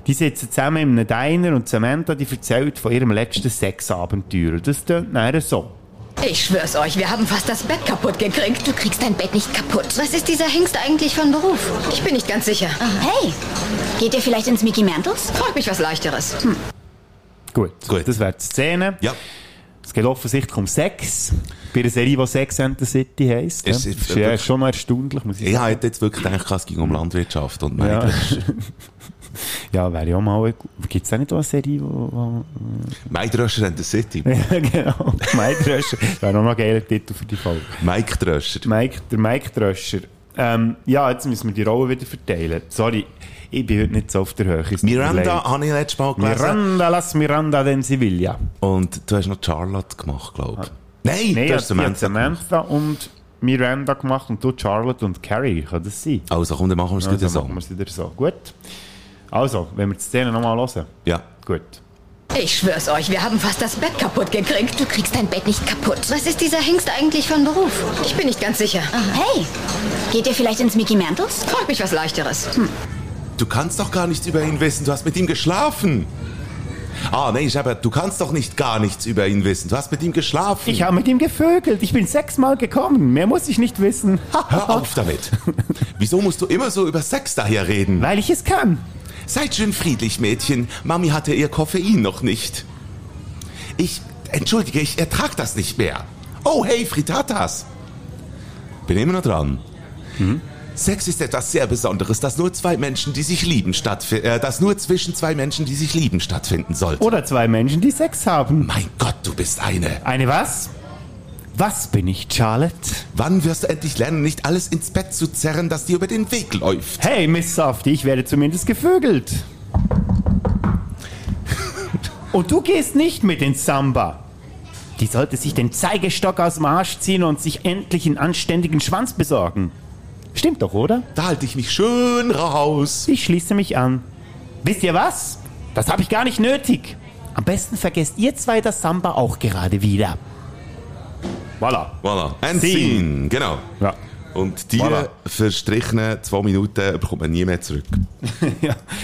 Speaker 3: Die sitzen zusammen in einem Diner und Samantha, die erzählt von ihrem letzten Sexabenteuer. Und Das tönt nachher so.
Speaker 9: Ich schwör's euch, wir haben fast das Bett kaputt gekriegt.
Speaker 10: Du kriegst dein Bett nicht kaputt.
Speaker 9: Was ist dieser Hengst eigentlich von Beruf? Ich bin nicht ganz sicher.
Speaker 10: Ah. Hey, geht ihr vielleicht ins Mickey Mantles? Hm.
Speaker 9: Frag mich was Leichteres.
Speaker 3: Gut.
Speaker 2: Gut.
Speaker 3: Das wäre die Szene.
Speaker 2: Ja.
Speaker 3: Es geht offensichtlich um Sex. Bei einer Serie, die Sex and the City heisst.
Speaker 2: Es
Speaker 3: ja.
Speaker 2: ist-
Speaker 3: Das ist ja schon noch erstaunlich, muss ich
Speaker 2: Ich
Speaker 3: sagen.
Speaker 2: hätte jetzt wirklich gedacht, es ging um Landwirtschaft und
Speaker 3: Ja.
Speaker 2: Michael,
Speaker 3: Ja, wäre ja auch mal... Gibt es auch nicht auch eine Serie, wo... wo
Speaker 2: Mike Dröscher and the City.
Speaker 3: ja, genau. Mike Dröscher. Das wäre noch mal ein geiler Titel für die Folge.
Speaker 2: Mike Dröscher.
Speaker 3: Mike, der Mike Dröscher. Ähm, ja, jetzt müssen wir die Rolle wieder verteilen. Sorry, ich bin heute nicht so auf der Höhe. es tut mir
Speaker 2: Miranda
Speaker 3: leid.
Speaker 2: habe ich letztes Mal gelesen.
Speaker 3: Miranda, lass Miranda den Sevilla.
Speaker 2: Und du hast noch Charlotte gemacht, glaube ich. Nein,
Speaker 3: Nein,
Speaker 2: du
Speaker 3: Ah. ja,
Speaker 2: hast
Speaker 3: die hat
Speaker 2: Samantha. gemacht.
Speaker 3: Samantha und Miranda gemacht und du Charlotte und Carrie, kann das sein?
Speaker 2: Also komm, dann machen wir es wieder
Speaker 3: Also
Speaker 2: so.
Speaker 3: machen wir es wieder so. Gut. Also, wenn wir die Szene nochmal hören.
Speaker 2: Ja.
Speaker 3: Gut.
Speaker 9: Ich schwör's euch, wir haben fast das Bett kaputt gekriegt.
Speaker 10: Du kriegst dein Bett nicht kaputt. Ah.
Speaker 9: Was ist dieser Hengst eigentlich von Beruf? Ich bin nicht ganz sicher.
Speaker 10: Hey, geht ihr vielleicht ins Mickey Mantles?
Speaker 9: Frag mich was Leichteres.
Speaker 2: Du kannst doch gar nichts über ihn wissen, du hast mit ihm geschlafen. Ah, nein, ich habe, du kannst doch nicht gar nichts über ihn wissen, du hast mit ihm geschlafen.
Speaker 3: Ich habe mit ihm gevögelt. Ich bin sechsmal gekommen. Mehr muss ich nicht wissen.
Speaker 2: Hör auf damit. Wieso musst du immer so über Sex daher reden?
Speaker 3: Weil ich es kann.
Speaker 2: Seid schön friedlich, Mädchen. Mami hatte ihr Koffein noch nicht. Ich, entschuldige, ich ertrag das nicht mehr. Oh, hey, Frittatas. Bin immer noch dran. Sex ist etwas sehr Besonderes, das nur zwei Menschen, die sich lieben, stattfi- äh, das nur zwischen zwei Menschen, die sich lieben, stattfinden sollte.
Speaker 3: Oder zwei Menschen, die Sex haben.
Speaker 2: mein Gott, du bist eine.
Speaker 3: Eine was? Was bin ich, Charlotte?
Speaker 2: Wann wirst du endlich lernen, nicht alles ins Bett zu zerren, das dir über den Weg läuft?
Speaker 3: Hey, Miss Softy, ich werde zumindest gevögelt. Und du gehst nicht mit ins Samba. Die sollte sich den Zeigestock aus dem Arsch ziehen und sich endlich einen anständigen Schwanz besorgen. Stimmt doch, oder?
Speaker 2: Da halte ich mich schön raus.
Speaker 3: Ich schließe mich an. Wisst ihr was? Das habe ich gar nicht nötig. Am besten vergesst ihr zwei das Samba auch gerade wieder. Voilà.
Speaker 2: Voilà. And
Speaker 3: Scene.
Speaker 2: scene. Genau.
Speaker 3: Ja.
Speaker 2: Und diese
Speaker 3: Voilà.
Speaker 2: verstrichenen zwei Minuten bekommt man nie mehr zurück.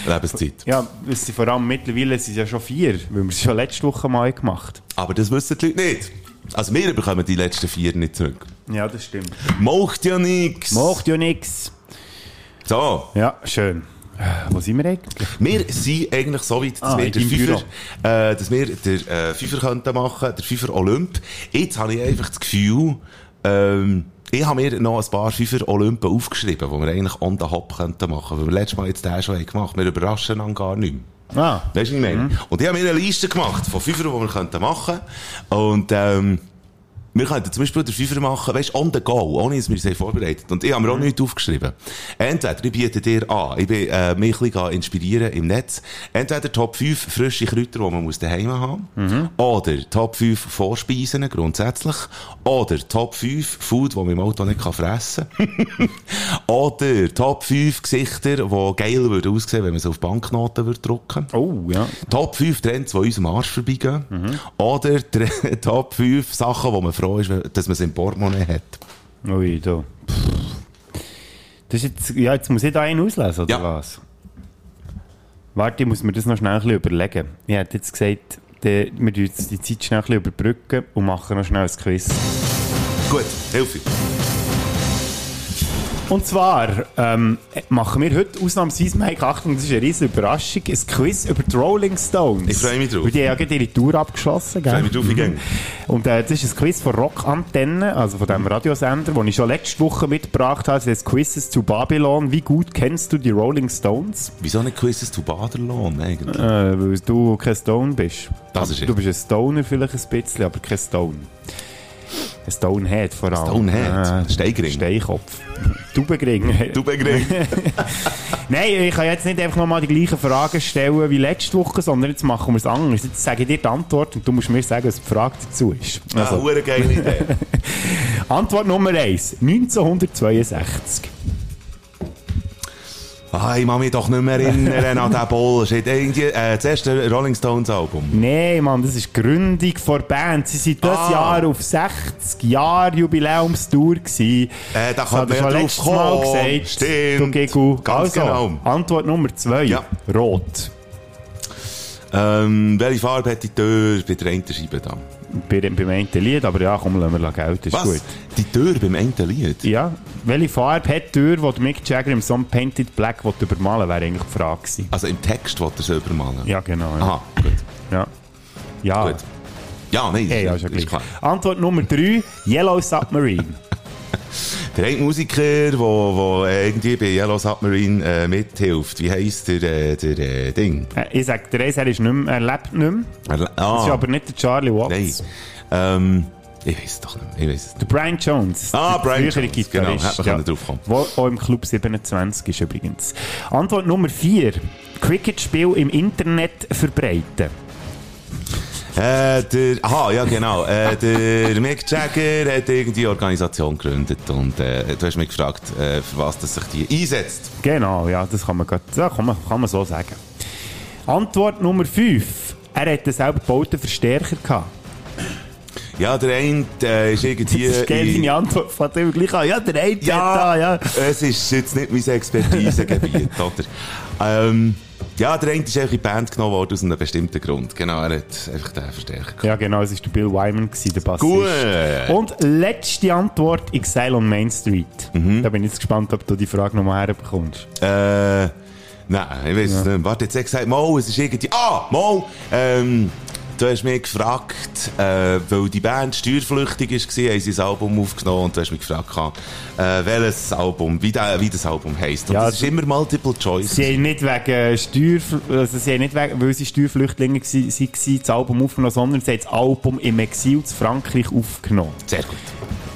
Speaker 2: Lebenszeit.
Speaker 3: Ja, es sind vor allem mittlerweile sind es ja schon vier, weil wir es ja letzte Woche mal gemacht
Speaker 2: Aber das wissen die Leute nicht. Also wir bekommen die letzten vier nicht zurück.
Speaker 3: haben. Ja, das stimmt.
Speaker 2: Macht ja nix.
Speaker 3: Macht ja nichts.
Speaker 2: So.
Speaker 3: Ja, schön. Äh, Wo sind wir eigentlich?
Speaker 2: Wir sind eigentlich so weit, dass
Speaker 3: Ah,
Speaker 2: wir
Speaker 3: in
Speaker 2: den
Speaker 3: deinem
Speaker 2: Fünfer,
Speaker 3: Büro.
Speaker 2: äh, dass wir den äh, Fünfer könnten machen, der Fünfer Olymp. Jetzt habe ich einfach das Gefühl, ähm, ich habe mir noch ein paar Fünfer Olympen aufgeschrieben, die wir eigentlich on the hop könnten machen, weil wir letztes Mal jetzt den schon haben gemacht Wir überraschen dann gar nicht mehr.
Speaker 3: Ah.
Speaker 2: Weißt du, was ich meine? Und ich habe mir eine Liste gemacht von Fünfer, die wir könnten machen Und, ähm, wir könnten zum Beispiel den Fünfer machen, weißt on the go, ohne dass wir uns haben vorbereitet Und ich habe mir auch nichts aufgeschrieben. Entweder, ich biete dir an, ich bin, äh, mich ein bisschen inspirieren im Netz. Entweder Top 5 frische Kräuter, die man muss daheim haben Oder Top 5 Vorspeisen grundsätzlich. Oder Top 5 Food, die man im Auto nicht kann fressen Oder Top 5 Gesichter, die geil würden aussehen, wenn man sie auf Banknoten würde drucken
Speaker 3: Oh, ja.
Speaker 2: Top 5 Trends, die uns am Arsch vorbeigehen.
Speaker 3: Mhm.
Speaker 2: Oder Tre- Top 5 Sachen, wo man froh ist, wenn- dass man es im Portemonnaie hat.
Speaker 3: Ui, Oh, da. Pff. Das ist jetzt, ja, jetzt muss ich da einen auslesen, oder
Speaker 2: Ja.
Speaker 3: was? Warte, ich muss mir das noch schnell ein bisschen überlegen. Ich hätte jetzt gesagt, der, wir tun jetzt die Zeit schnell ein bisschen überbrücken und machen noch schnell ein Quiz.
Speaker 2: Gut, Hilfe.
Speaker 3: Und zwar ähm, machen wir heute ausnahmsweise, Mike, Achtung, das ist eine riesige Überraschung, ein Quiz über die Rolling Stones.
Speaker 2: Ich freue mich drauf.
Speaker 3: Weil die haben ja gerade ihre Tour abgeschlossen, gell?
Speaker 2: Freue mich drauf, ich gehe.
Speaker 3: Und äh, das ist ein Quiz von Rockantenne, also von dem Radiosender, den ich schon letzte Woche mitgebracht habe. Es ist Quizzes zu Babylon. Wie gut kennst du die Rolling Stones?
Speaker 2: Wieso nicht Quizzes zu Baderlohn eigentlich?
Speaker 3: Äh, weil du kein Stone bist.
Speaker 2: Das ist
Speaker 3: du bist ein Stoner vielleicht ein bisschen, aber kein Stone. Ein Stonehead vor allem. Äh,
Speaker 2: Stonehead. Steigring.
Speaker 3: Steinkopf. Tubengring.
Speaker 2: Du begriff.
Speaker 3: Nein, ich kann jetzt nicht einfach nochmal die gleichen Fragen stellen wie letzte Woche, sondern jetzt machen wir es anders. Jetzt sage ich dir die Antwort und du musst mir sagen, was die Frage dazu ist.
Speaker 2: Also,
Speaker 3: Also,
Speaker 2: eine geile Idee.
Speaker 3: Antwort Nummer 1. 1962.
Speaker 2: Ah, ich kann mich doch nicht mehr erinnern an diesen Bullshit. Irgendwie, äh, das erste Rolling Stones Album.
Speaker 3: Nein, Mann, das ist die Gründung der Band. Sie sind das
Speaker 2: Ah.
Speaker 3: Jahr auf 60 Jahre Jubiläumstour gewesen.
Speaker 2: Äh, da
Speaker 3: Das hat
Speaker 2: kommt
Speaker 3: er
Speaker 2: man
Speaker 3: schon
Speaker 2: ja
Speaker 3: letztes
Speaker 2: drauf
Speaker 3: Mal
Speaker 2: kommen.
Speaker 3: gesagt. Du
Speaker 2: Stimmt.
Speaker 3: Gegu.
Speaker 2: Ganz
Speaker 3: also,
Speaker 2: genau.
Speaker 3: Antwort Nummer 2.
Speaker 2: Ja.
Speaker 3: Rot.
Speaker 2: Ähm, welche Farbe hat die Tür bei der einen Scheibe da?
Speaker 3: Bei, dem- beim einen Lied, aber ja, komm, lassen wir lassen Geld, ist
Speaker 2: Was?
Speaker 3: gut.
Speaker 2: Die Tür beim einen Lied?
Speaker 3: Ja, welche Farbe hat die Tür, die der Mick Jagger im Song Painted Black wollte übermalen wäre eigentlich die Frage gewesen.
Speaker 2: Also im Text, was er selber malen.
Speaker 3: Ja, genau. Ja.
Speaker 2: Aha, gut.
Speaker 3: Ja. ja.
Speaker 2: Gut. Ja, nein, das
Speaker 3: Ey, ja, ist ja
Speaker 2: ist
Speaker 3: gleich.
Speaker 2: klar.
Speaker 3: Antwort Nummer 3, Yellow Submarine.
Speaker 2: Der eine Musiker, der wo irgendwie bei Yellow Submarine äh, mithilft, wie heisst der, äh, der äh, Ding?
Speaker 3: Äh, ich sag dir eins, er, ist nicht mehr, er lebt nicht mehr.
Speaker 2: Er- Ah,
Speaker 3: Das ist aber nicht der Charlie Watts.
Speaker 2: Nein. Ähm, ich weiß es doch nicht. mehr. Ich weiß es nicht.
Speaker 3: Der Brian Jones.
Speaker 2: Ah,
Speaker 3: der
Speaker 2: Brian
Speaker 3: frühere
Speaker 2: Jones, genau.
Speaker 3: Gitarrist,
Speaker 2: Hätte man können draufkommen.
Speaker 3: Wo auch im Club 27 ist übrigens. Antwort Nummer 4, Cricket-Spiel im Internet verbreiten.
Speaker 2: Äh, der, aha, ja, genau. Äh, der Mick Jagger hat irgendwie eine Organisation gegründet und äh, du hast mich gefragt, äh, für was das sich die einsetzt.
Speaker 3: Genau, ja, das kann man, grad, ja, kann man, kann man so sagen. Antwort Nummer 5. Er hatte selber gebauten Verstärker. Gehabt.
Speaker 2: Ja, der eine äh, ist irgendwie.
Speaker 3: das ist geil,
Speaker 2: in-
Speaker 3: deine Antwort fängt immer gleich an. Ja, der eine hat da, ja.
Speaker 2: Es ist jetzt nicht mein Expertisegebiet, oder? Ähm, ja, der eine ist einfach in die Band genommen worden aus einem bestimmten Grund. Genau, er hat einfach den Verstärker gehabt.
Speaker 3: Ja, genau, es war der Bill Wyman, gewesen, der
Speaker 2: Gut.
Speaker 3: Bassist. Und letzte Antwort, Exile on Main Street. Da bin ich jetzt gespannt, ob du die Frage nochmal herbekommst.
Speaker 2: Äh, nein, ich weiß es nicht. Warte, jetzt hast du gesagt, mal, es ist irgendwie... Ah, mal, ähm, du hast mich gefragt, äh, weil die Band steuerflüchtig war, haben sie ein Album aufgenommen und du hast mich gefragt, äh, welches Album, wie, da, wie das Album heisst. Und
Speaker 3: Ja,
Speaker 2: das ist
Speaker 3: sie-
Speaker 2: immer Multiple Choice.
Speaker 3: Sie haben nicht wegen Steuer, also sie haben nicht wegen, weil sie Steuerflüchtlinge gsi- sie gsi, das Album aufgenommen, sondern sie haben das Album im Exil zu Frankreich aufgenommen.
Speaker 2: Sehr gut.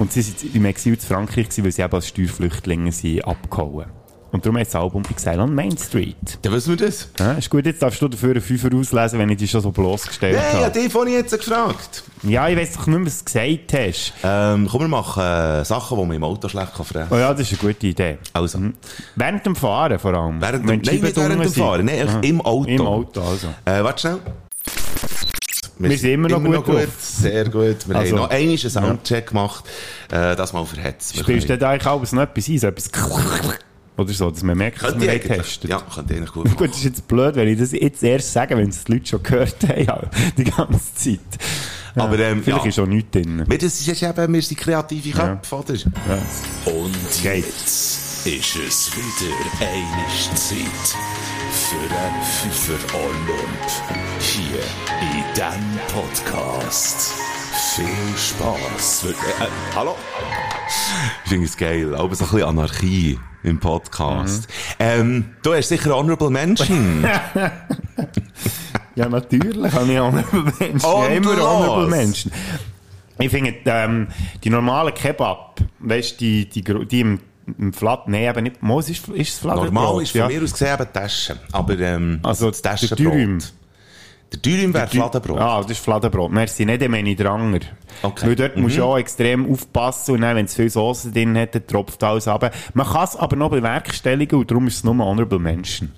Speaker 3: Und sie sind im Exil zu Frankreich, gewesen, weil sie eben als Steuerflüchtlinge sind abgehauen. Und darum hat das Album Exile on Main Street.
Speaker 2: Dann wissen wir das.
Speaker 3: Ja, ist gut, jetzt darfst du dafür einen Fünfer auslesen, wenn ich dich schon so bloßgestellt
Speaker 2: Nein, ja,
Speaker 3: habe.
Speaker 2: die habe ich jetzt gefragt.
Speaker 3: Ja, ich weiss doch nicht mehr, was du gesagt hast.
Speaker 2: Ähm, komm, wir machen äh, Sachen, die man im Auto schlecht kann fressen
Speaker 3: Oh
Speaker 2: kann.
Speaker 3: ja, das ist eine gute Idee.
Speaker 2: Also,
Speaker 3: Während dem Fahren vor allem.
Speaker 2: während, nein,
Speaker 3: Wenn
Speaker 2: Äh,
Speaker 3: die
Speaker 2: nicht während
Speaker 3: Scheiben dunkel
Speaker 2: dem
Speaker 3: sind.
Speaker 2: Fahren, nein,
Speaker 3: Aha.
Speaker 2: im Auto.
Speaker 3: Im Auto, also.
Speaker 2: Äh, warte schnell.
Speaker 3: Wir, sind immer noch gut drauf.
Speaker 2: Sehr gut. Wir
Speaker 3: Also-
Speaker 2: haben noch einmal einen Soundcheck gemacht. Äh, das mal für Hetz. Wir
Speaker 3: Spielst du
Speaker 2: können-
Speaker 3: denn eigentlich auch so etwas ein, so etwas oder so, dass man merkt, dass
Speaker 2: Könnte
Speaker 3: wir
Speaker 2: ich
Speaker 3: haben
Speaker 2: eigentlich-
Speaker 3: getestet.
Speaker 2: Ja, könnte ich eigentlich gut
Speaker 3: Gut, das ist jetzt blöd, wenn ich das jetzt erst sage, wenn es die Leute schon gehört haben, aber die ganze Zeit. Ja,
Speaker 2: Aber, ähm,
Speaker 3: Vielleicht
Speaker 2: ja.
Speaker 3: ist auch nichts drin.
Speaker 2: Wir, das ist jetzt eben, wir sind kreative Köpfe, oder?
Speaker 4: Und jetzt ist es wieder eine Zeit für einen Pfeifer Olymp. Hier in diesem Podcast. Viel Spass. Äh, äh, hallo?
Speaker 2: Ich finde es geil. Aber so ein bisschen Anarchie im Podcast.
Speaker 3: Mhm.
Speaker 2: Ähm, du hast sicher Honorable Menschen.
Speaker 3: Ja, natürlich habe ich Honorable Menschen.
Speaker 2: Und
Speaker 3: ja, immer
Speaker 2: los!
Speaker 3: Honorable Menschen. Ich finde, ähm, die normalen Kebab, weißt du, die, die, gro- die im, im Flat, nein, eben nicht, Mos ist, ist das Flat.
Speaker 2: Normal ist von mir aus gesehen eben Taschen. Aber ähm,
Speaker 3: Also,
Speaker 2: das
Speaker 3: der
Speaker 2: Taschenbrot.
Speaker 3: Dürüm.
Speaker 2: Der Dürüm wäre
Speaker 3: Dü-
Speaker 2: Fladenbrot.
Speaker 3: Ah, das ist Fladenbrot. Merci, nicht der Menidranger.
Speaker 2: Okay.
Speaker 3: Weil dort
Speaker 2: Mhm.
Speaker 3: musst du auch extrem aufpassen und dann, wenn es viel Soße drin hat, dann tropft alles ab. Man kann es aber noch bewerkstelligen und darum ist es nur Honorable Menschen.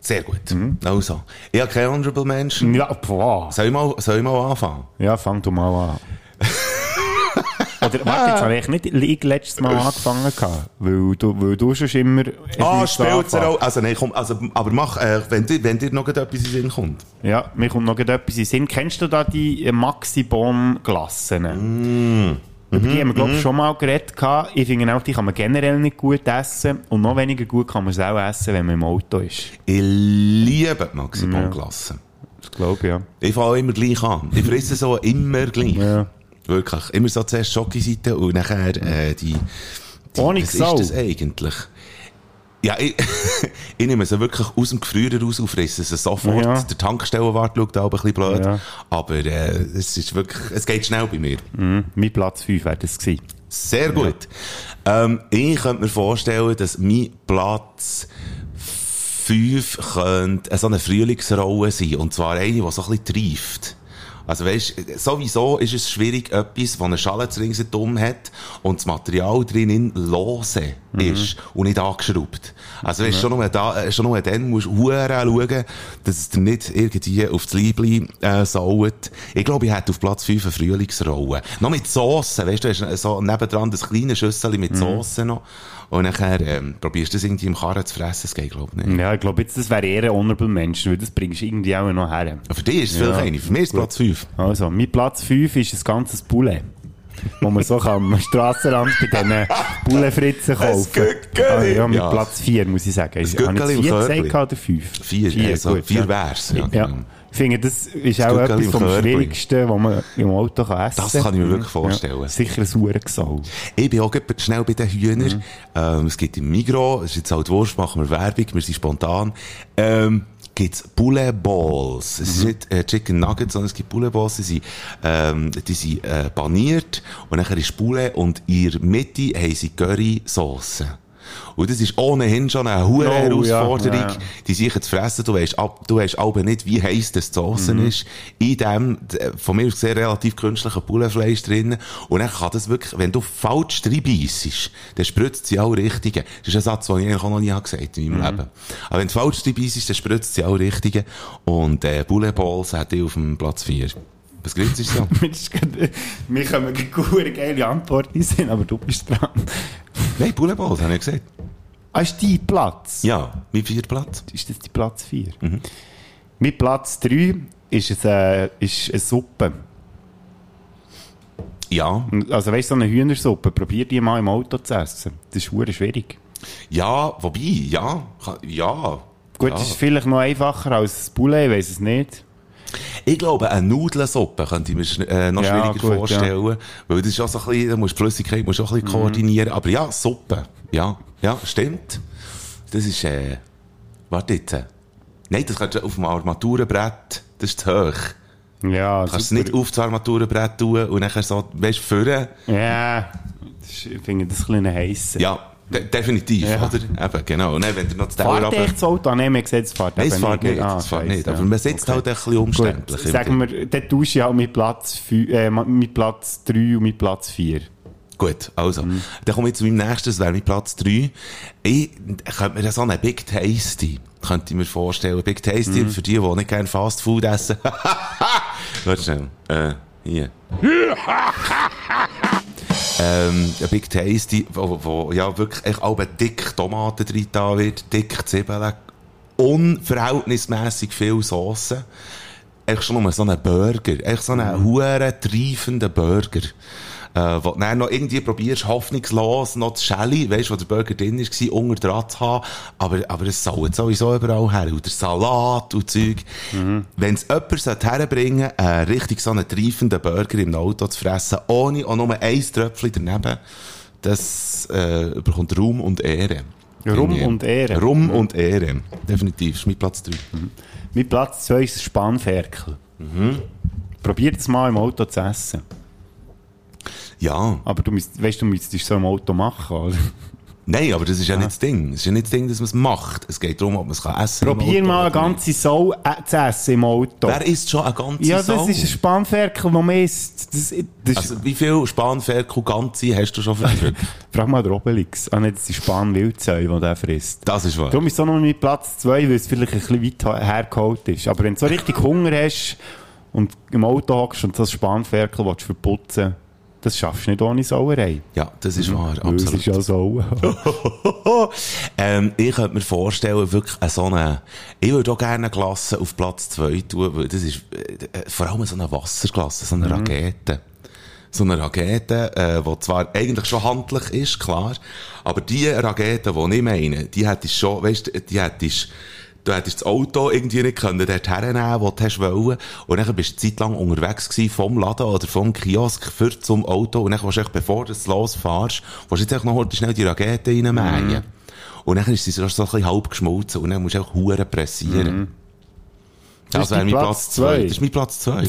Speaker 2: Sehr gut.
Speaker 3: Mhm.
Speaker 2: Also, ich habe keine Honorable Menschen.
Speaker 3: Ja, boah.
Speaker 2: Soll ich mal, soll ich mal anfangen?
Speaker 3: Ja, fang du mal an. Oder, warte, jetzt habe ich nicht ich letztes Mal angefangen, gehabt, weil du, weil du schon immer...
Speaker 2: Ah,
Speaker 3: hast du
Speaker 2: spielt
Speaker 3: angefangen.
Speaker 2: er auch. Also, nein, komm, also, aber mach, äh, wenn, dir, wenn dir noch etwas in den Sinn kommt.
Speaker 3: Ja, mir kommt noch gerade etwas in den Sinn. Kennst du da die äh, Maxi-Bomb-Glassen? Über die haben wir, glaube ich,
Speaker 2: Mm. mhm.
Speaker 3: schon mal geredet. gehabt. Ich finde auch, die kann man generell nicht gut essen. Und noch weniger gut kann man es auch essen, wenn man im Auto ist.
Speaker 2: Ich liebe die Maxi
Speaker 3: Ja.
Speaker 2: Bonklasse.
Speaker 3: Das glaube ich, ja.
Speaker 2: Ich fange immer gleich an. Ich fresse so immer gleich. Wirklich. Immer so zuerst Schokiseite und nachher äh, die, die...
Speaker 3: Ohne
Speaker 2: Was
Speaker 3: Gesau.
Speaker 2: ist das äh? eigentlich? Ja, ich, ich nehme sie wirklich aus dem Gefrierer raus und fresse sie sofort.
Speaker 3: Ja.
Speaker 2: Der Tankstellenwart schaut auch ein bisschen blöd.
Speaker 3: Ja.
Speaker 2: Aber äh, es ist wirklich... Es geht schnell bei mir.
Speaker 3: Mhm. Mein Platz 5 wäre das gewesen.
Speaker 2: Sehr gut. Ähm, ich könnte mir vorstellen, dass mein Platz 5 könnte eine so eine Frühlingsrolle sein. Und zwar eine, die so ein bisschen treift. Also weißt, sowieso ist es schwierig, etwas, das eine Schale zu ringsherum hat und das Material drinnen lose ist und nicht angeschraubt. Also weißt, schon nur da, äh, schon nur dann musst du verdammt schauen, dass es dir nicht irgendwie auf das Liebling äh, saut. Ich glaube, ich hätte auf Platz 5 eine Frühlingsrolle. Noch mit Soße, weißt du, hast so nebendran das kleine Schüssel mit Soße noch und nachher ähm, probierst du das irgendwie im Karren zu fressen, das geht glaube ich nicht.
Speaker 3: Ja, ich glaube, jetzt, das wäre eher ein Honorable Menschen, weil das bringst du irgendwie auch noch her.
Speaker 2: Für dich ist es vielleicht eine. Für mich ist Platz 5.
Speaker 3: Also, mein Platz 5 ist ein ganzes Poulet. Wo man so kann am Strassenrand bei diesen Poulet-Fritzen kaufen
Speaker 2: Gückeli.
Speaker 3: Ah, ja, mit
Speaker 2: Ja.
Speaker 3: Platz 4, muss ich sagen. Ich
Speaker 2: Gückeli
Speaker 3: habe
Speaker 2: im
Speaker 3: ich jetzt 4
Speaker 2: Körbli.
Speaker 3: gesagt oder 5?
Speaker 2: Vier, also vier wär's, ja,
Speaker 3: Ja.
Speaker 2: genau.
Speaker 3: Ich finde, das ist auch
Speaker 2: Gückeli
Speaker 3: etwas
Speaker 2: im
Speaker 3: vom
Speaker 2: Körbli.
Speaker 3: Schwierigsten, was man im Auto kann essen
Speaker 2: Das kann ich mir wirklich vorstellen.
Speaker 3: Ja. Sicher ein Hurengesau.
Speaker 2: Ich bin auch gerade schnell bei den
Speaker 3: Mhm.
Speaker 2: Hühnern. Ähm, es gibt im Migro, es ist jetzt halt Wurst, machen wir Werbung, wir sind spontan. Ähm, gibt's Poulet Balls. Es
Speaker 3: Mhm.
Speaker 2: ist nicht äh, Chicken Nuggets, sondern es gibt Poulet Balls, die sind, ähm, die sind äh, paniert und nachher ist Poulet und in der Mitte haben sie Curry-Sauce. Und das ist ohnehin schon eine hohe
Speaker 3: Oh, ja,
Speaker 2: Herausforderung,
Speaker 3: ja, ja.
Speaker 2: die sicher zu fressen. Du weißt, ab, du weißt aber nicht, wie heiß das die Soße ist. In dem, äh, von mir aus gesehen, relativ künstlichen Bullenfleisch drin. Und dann kann das wirklich, wenn du falsch reinbeissest, dann spritzt sie auch richtige. Das ist ein Satz, den ich eigentlich auch noch nie gesagt habe in meinem Leben. Aber wenn du falsch reinbeissest, dann spritzt sie auch richtige. Und, äh, Bullenballs hätte ich auf dem Platz 4. Was gibt's ist so?
Speaker 3: Mir ist gerade- Mir kommen gerade eine geile Antworten sind, aber du bist dran.
Speaker 2: Nein, Bullenballs, habe ich gesagt.
Speaker 3: Ah, ist dein Platz?
Speaker 2: Ja, mein vierter Platz.
Speaker 3: ist das die Platz 4.
Speaker 2: Mhm.
Speaker 3: Mit Platz 3 ist es äh, ist eine Suppe.
Speaker 2: Ja.
Speaker 3: Also weißt du, so eine Hühnersuppe, probier die mal im Auto zu essen. Das ist hure schwierig.
Speaker 2: Ja, wobei, ja, kann- ja.
Speaker 3: Gut,
Speaker 2: ja.
Speaker 3: das ist vielleicht noch einfacher als das Poulet, ich weiß es nicht.
Speaker 2: Ich glaube, eine Nudelsuppe könnte ich mir schn- äh, noch
Speaker 3: Ja,
Speaker 2: schwieriger
Speaker 3: gut,
Speaker 2: vorstellen. Weil das ist auch so ein bisschen, da musst du die Flüssigkeit musst du auch ein bisschen
Speaker 3: Mhm.
Speaker 2: koordinieren. Aber ja, Suppe. Ja, ja, stimmt. Das ist, äh, warte jetzt. Nein, das kannst du auf dem Armaturenbrett, das ist zu hoch.
Speaker 3: Ja,
Speaker 2: Du kannst es
Speaker 3: super.
Speaker 2: nicht auf das Armaturenbrett tun und nachher so, weißt du, führen.
Speaker 3: Ja, das ist- ich finde das ein bisschen heiß.
Speaker 2: Ja, de definitiv,
Speaker 3: Ja.
Speaker 2: oder? Eben, genau. Und dann, wenn du noch das Teller
Speaker 3: Fahrt
Speaker 2: runter-
Speaker 3: echt das Auto? Ah, Nein, wir sehen, es fährt
Speaker 2: Nein, es
Speaker 3: eben
Speaker 2: fährt nicht,
Speaker 3: Ah,
Speaker 2: es fährt
Speaker 3: scheiße,
Speaker 2: nicht.
Speaker 3: ja.
Speaker 2: Aber man sitzt halt ein bisschen
Speaker 3: Gut,
Speaker 2: umständlich.
Speaker 3: sagen wir, dann tausche ich auch mit Platz, 5, äh, mit Platz 3 und mit Platz 4.
Speaker 2: Gut, also. Dann komme ich zu meinem nächsten, das wäre mein Platz 3. Ich könnte mir so einen Big Tasty, könnte ich mir vorstellen. Big Tasty, für die, die nicht gerne Fast Food essen. Warte schnell. Äh, hier. ähm, ein Big Tasty, wo, wo ja wirklich echt alle dick Tomaten drin da wird, dick Zwiebeln, unverhältnismäßig viel Sauce. Echt schon nur so einen Burger, echt so einen
Speaker 3: Mhm.
Speaker 2: huren triefenden Burger. Äh, wo du dann noch irgendwie probierst, hoffnungslos noch die Schelle, weißt du, wo der Burger drin war, unter dran zu haben. Aber, aber es saut sowieso überall her. Und der Salat und Zeug. Mhm. Wenn es jemand sollte herbringen sollte, äh, richtig so einen triefenden Burger im Auto zu fressen, ohne auch nur ein Tröpfchen daneben, das äh, bekommt Ruhm und Ehre.
Speaker 3: Rum
Speaker 2: Irgendwie.
Speaker 3: und Ehre. Mhm.
Speaker 2: Rum und Ehre. Definitiv. Das ist mein Platz 3.
Speaker 3: Mit Platz 2 ist das Spanferkel.
Speaker 2: Mhm.
Speaker 3: Probiert es mal im Auto zu essen.
Speaker 2: Ja.
Speaker 3: Aber du müsst, weißt, du müsstest so im Auto machen, oder?
Speaker 2: Nein, aber das ist
Speaker 3: Ah.
Speaker 2: ja nicht das Ding. Es ist ja nicht das Ding, dass man es macht. Es geht darum, ob man es kann essen kann.
Speaker 3: Probier mal eine ganze Sau äh, zu essen im Auto.
Speaker 2: Wer isst schon eine ganze
Speaker 3: ja, das
Speaker 2: Sau?
Speaker 3: ist ein Spanferkel, das man isst. Das, das ist,
Speaker 2: Also, wie viel Spanferkel ganze hast du schon verdrückt?
Speaker 3: frag mal den Obelix. Ah, nicht, das ist Spanwildzeu, das der frisst.
Speaker 2: Das ist wahr.
Speaker 3: Darum ist es auch noch mit Platz 2, weil es vielleicht ein bisschen weit her- hergeholt ist. Aber wenn du so richtig Hunger hast und im Auto hockst und das Spanferkel willst verputzen das schaffst du nicht ohne Sauerei.
Speaker 2: Ja, das ist wahr,
Speaker 3: Weil es Mhm. ist
Speaker 2: absolut.
Speaker 3: ja Sau.
Speaker 2: ähm, ich könnte mir vorstellen, wirklich eine so eine, ich würde auch gerne eine Klasse auf Platz 2 tun, weil das ist äh, äh, vor allem so eine Wasserklasse,
Speaker 3: Mhm.
Speaker 2: so eine Rakete. So eine Rakete, äh, die zwar eigentlich schon handlich ist, klar, aber die Rakete, die ich meine, die hättest schon, weißt du, die hättest, du hättest das Auto irgendwie nicht können dort hernehmen, wo du hast wollen. Und dann bist du eine Zeit lang unterwegs gewesen vom Laden oder vom Kiosk für zum Auto. Und dann willst du echt, bevor du losfährst, willst du jetzt echt noch heute schnell die Rakete reinmähen.
Speaker 3: Mhm.
Speaker 2: Und dann ist sie so so ein bisschen halb geschmolzen und dann musst du auch Huren pressieren. Das
Speaker 3: Mhm. ist
Speaker 2: wäre
Speaker 3: dein
Speaker 2: mein
Speaker 3: Platz
Speaker 2: Platz 2.
Speaker 3: zwei.
Speaker 2: Das ist mein Platz 2.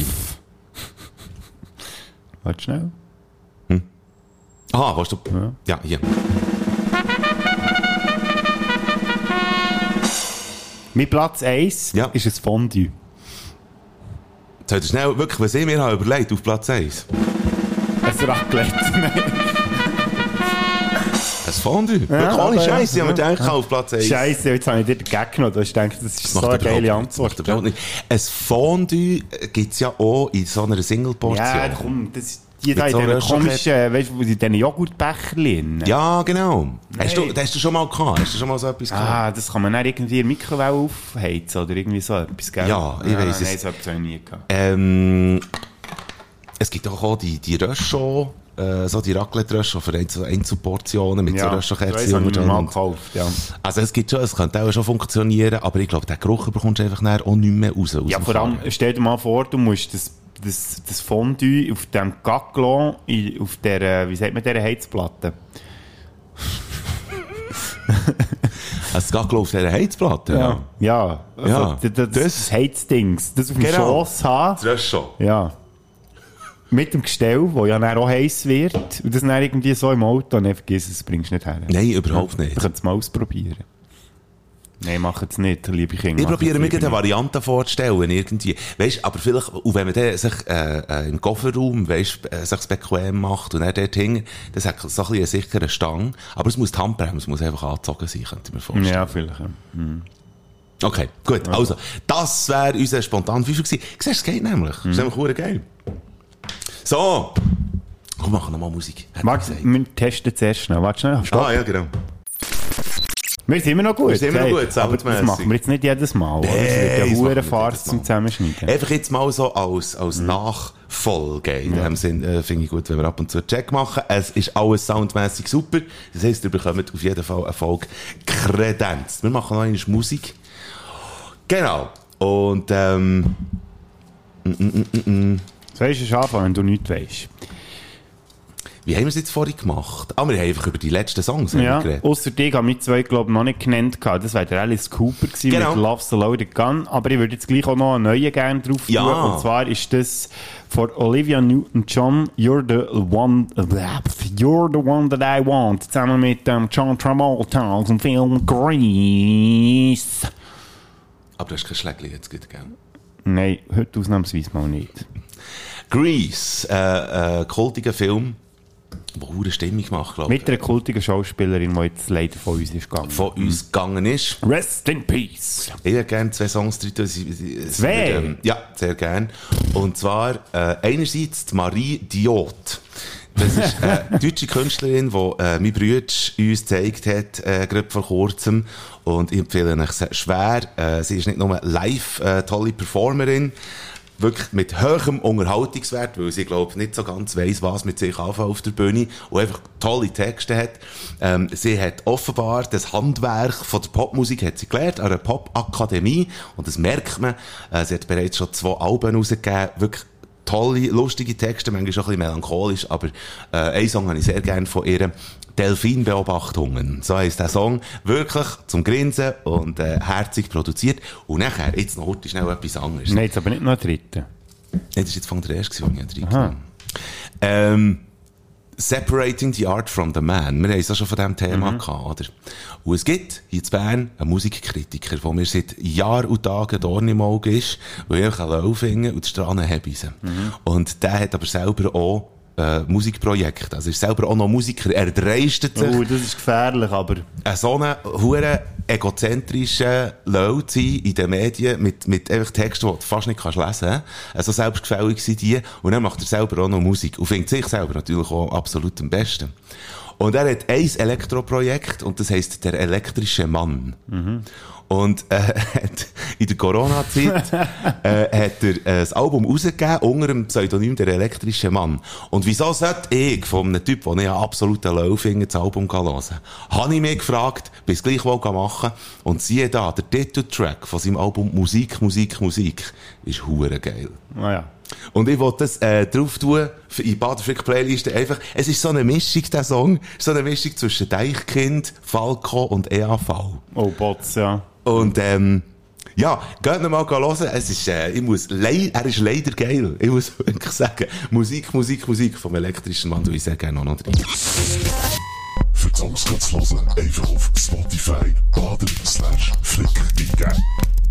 Speaker 3: Warte schnell.
Speaker 2: Aha, Ah, warst du. Ja, hier.
Speaker 3: Mein Platz 1
Speaker 2: Ja.
Speaker 3: ist ein Fondue.
Speaker 2: Jetzt hättest du schnell, wirklich, was ich mir habe überlegt, auf Platz 1.
Speaker 3: Ein Raclette.
Speaker 2: Ein Fondue. wirklich,
Speaker 3: aber
Speaker 2: ohne
Speaker 3: ja.
Speaker 2: Scheiße. Ich habe mir gedacht, auf Platz 1.
Speaker 3: Scheiße, jetzt habe ich dir den Gag genommen. Du hast gedacht, das ist so
Speaker 2: macht
Speaker 3: eine
Speaker 2: überhaupt
Speaker 3: geile
Speaker 2: nichts.
Speaker 3: Antwort.
Speaker 2: Macht überhaupt nichts. Ein Fondue gibt es eh, ja auch in so einer Single-Portion.
Speaker 3: Ja,
Speaker 2: Ja,
Speaker 3: komm, das ist die
Speaker 2: Mit
Speaker 3: da in
Speaker 2: so
Speaker 3: diesen
Speaker 2: einer
Speaker 3: komischen, weißt du, in diesen Joghurtbecherchen.
Speaker 2: genau. Hast du, hast du schon mal gehabt? Hast du schon mal so etwas gehabt?
Speaker 3: Ah, das kann man dann irgendwie in der Mikrowelle aufheizen oder irgendwie so etwas, gell? Ah,
Speaker 2: Ja, ich weiss
Speaker 3: nein,
Speaker 2: es.
Speaker 3: so etwas habe ich nie gehabt.
Speaker 2: Ähm, es gibt auch, auch die, die Röschon, äh, so die Raclette-Röschon für Einzel Einzelportionen mit so
Speaker 3: das
Speaker 2: Röschon-Kerzen
Speaker 3: habe
Speaker 2: und
Speaker 3: ich mir mal
Speaker 2: dran.
Speaker 3: gekauft, ja.
Speaker 2: Also es gibt schon, es könnte auch schon funktionieren, aber ich glaube, den Geruch bekommst du einfach nachher auch nicht mehr raus. aus
Speaker 3: Ja,
Speaker 2: dem
Speaker 3: vor allem,
Speaker 2: Karren.
Speaker 3: stell dir mal vor, du musst das, das, das Fondue auf dem Gaclon, in- auf der, wie sagt man, der Heizplatte.
Speaker 2: Es geht, glaube ich, auf dieser Heizplatte. Ja.
Speaker 3: Ja, also,
Speaker 2: Ja,
Speaker 3: d- d- das, das Heizdings, das auf dem
Speaker 2: Genau.
Speaker 3: Schoss haben.
Speaker 2: Das Röschon.
Speaker 3: Ja. Mit dem Gestell, wo ja dann auch heiß wird. Und das dann irgendwie so im Auto. Nein, vergiss es, bringst du nicht her.
Speaker 2: Nein, überhaupt nicht.
Speaker 3: Wir können es mal ausprobieren. Nein, mach es nicht, liebe Kinder.
Speaker 2: Ich
Speaker 3: macht
Speaker 2: probiere
Speaker 3: es
Speaker 2: mir
Speaker 3: lieber
Speaker 2: gerade eine
Speaker 3: nicht.
Speaker 2: Variante vorzustellen, irgendwie. Weißt, aber vielleicht, und wenn man dann sich, äh, äh, im Kofferraum, weißt, äh, sich's bequem macht und dann dort hing, das hat so ein bisschen einen sicheren Stang. Aber es muss die Handbremse, muss einfach angezogen sein, könnte ich mir vorstellen.
Speaker 3: Ja, vielleicht. ja.
Speaker 2: Okay, gut. Also, das wäre unser spontan Fünfer gewesen. Siehst du, es geht nämlich. Mhm. Ist nämlich verdammt geil. So. Komm, mach nochmal Musik. Hat
Speaker 3: Max,
Speaker 2: er gesagt.
Speaker 3: wir testen zuerst schnell. Warte schnell, stopp.
Speaker 2: Ah, ja, genau.
Speaker 3: Wir sind immer noch gut.
Speaker 2: Wir sind immer noch
Speaker 3: hey.
Speaker 2: gut,
Speaker 3: aber das
Speaker 2: soundmässig.
Speaker 3: machen wir jetzt nicht jedes Mal. oder?
Speaker 2: Nee,
Speaker 3: Das
Speaker 2: das
Speaker 3: wird ja
Speaker 2: machen wir
Speaker 3: hure
Speaker 2: nicht Äh.
Speaker 3: Farce
Speaker 2: jedes Mal.
Speaker 3: zum Zusammenschneiden.
Speaker 2: Einfach jetzt mal so als, als
Speaker 3: Mhm.
Speaker 2: Nachfolge. In dem Sinn äh, finde ich gut, wenn wir ab und zu einen Check machen. Es ist alles soundmäßig super. Das heisst, ihr bekommt auf jeden Fall eine Folge Kredenz. Wir machen noch eine Musik. Genau. Und ähm,
Speaker 3: So ist es anfangen, wenn du nichts weißt.
Speaker 2: wie haben wir es jetzt vorhin gemacht? Ah, wir haben einfach über die letzten Songs haben wir
Speaker 3: Ja,
Speaker 2: geredet.
Speaker 3: ausser dich haben wir zwei, glaube ich, noch nicht genannt. gehabt. Das wäre der Alice Cooper gewesen
Speaker 2: Genau.
Speaker 3: mit Love's a Loaded Gun. Aber ich würde jetzt gleich auch noch einen neuen gerne drauf tun.
Speaker 2: Ja.
Speaker 3: Und zwar ist das von Olivia Newton-John, You're the One You're the One That I Want, zusammen mit ähm, John Travolta aus dem Film Grease.
Speaker 2: Aber du hast kein Schlägli jetzt gut, gell?
Speaker 3: Nein, heute ausnahmsweise mal nicht.
Speaker 2: Grease, äh, äh, kultiger Film, der eine Stimmung macht, glaube ich.
Speaker 3: Mit einer kultigen Schauspielerin, die jetzt leider von uns ist gegangen.
Speaker 2: Von uns gegangen ist.
Speaker 3: Rest in Peace.
Speaker 2: Ich hätte gerne zwei Songs drin. tun, sie- sie- sie-
Speaker 3: Zwei?
Speaker 2: ähm, ja, sehr gerne. Und zwar äh, einerseits die Marie Diot. Das ist eine deutsche Künstlerin, die äh, mein Bruder uns gezeigt hat, äh, gerade vor kurzem. Und ich empfehle euch sehr schwer. Äh, sie ist nicht nur live äh, tolle Performerin, wirklich mit hohem Unterhaltungswert, weil sie, glaube nicht so ganz weiss, was mit sich anfängt auf der Bühne und einfach tolle Texte hat. Ähm, sie hat offenbar das Handwerk von der Popmusik hat sie gelernt, an einer Popakademie und das merkt man. Äh, sie hat bereits schon zwei Alben rausgegeben, wirklich tolle, lustige Texte, manchmal auch ein bisschen melancholisch, aber äh, einen Song habe ich sehr gerne von ihr. Delfinbeobachtungen. So heisst der Song. Wirklich zum Grinsen und äh, herzig produziert. Und nachher, jetzt noch heute schnell etwas anderes.
Speaker 3: Nein, jetzt aber nicht noch dritten.
Speaker 2: Nein, das war jetzt von der ersten, den ich habe. Ähm, Separating the Art from the Man. Wir haben es auch schon von diesem Thema mhm. gehabt, oder? Und es gibt hier in Bern einen Musikkritiker, der mir seit Jahr und Tagen Dorn im Auge ist, weil ich laufen und die Strahlen hebisen. Mhm. Und der hat aber selber auch äh, Musikprojekt. Also ist selber auch noch Musiker. Er dreistet sich.
Speaker 3: Oh, das ist gefährlich, aber.
Speaker 2: Äh, so einen hohen egozentrischen Leute sein in den Medien mit, mit einfach Texten, die du fast nicht kannst lesen Also selbstgefällig sind die. Und dann macht er selber auch noch Musik. Und findet sich selber natürlich auch absolut am besten. Und er hat ein Elektroprojekt und das heißt der elektrische Mann. Mhm. Und äh, hat in der Corona-Zeit äh, hat er äh, das Album rausgegeben unter dem Pseudonym «Der elektrische Mann». Und wieso sollte ich von einem Typ, den ich absolut Laufinger das Album hören Habe ich mich gefragt, bis gleich wohl machen Und siehe da, der Titeltrack von seinem Album «Musik, Musik, Musik» ist hure geil.
Speaker 3: Ah, ja.
Speaker 2: Und ich wollte das äh, drauf tun, in Badeflick-Playliste einfach. Es ist so eine Mischung, der Song, so eine Mischung zwischen Deichkind, Falco und E EAV.
Speaker 3: Oh, Bots, ja.
Speaker 2: Und ähm, ja, geht noch mal hören. Es ist, äh, ich muss, er ist leider geil. Ich muss wirklich sagen, Musik, Musik, Musik vom elektrischen Mann, du ich sehr gerne auch noch drin.
Speaker 11: Für die Songs kannst du hören, einfach auf Spotify, Bader, Slash, Flick, eingeben.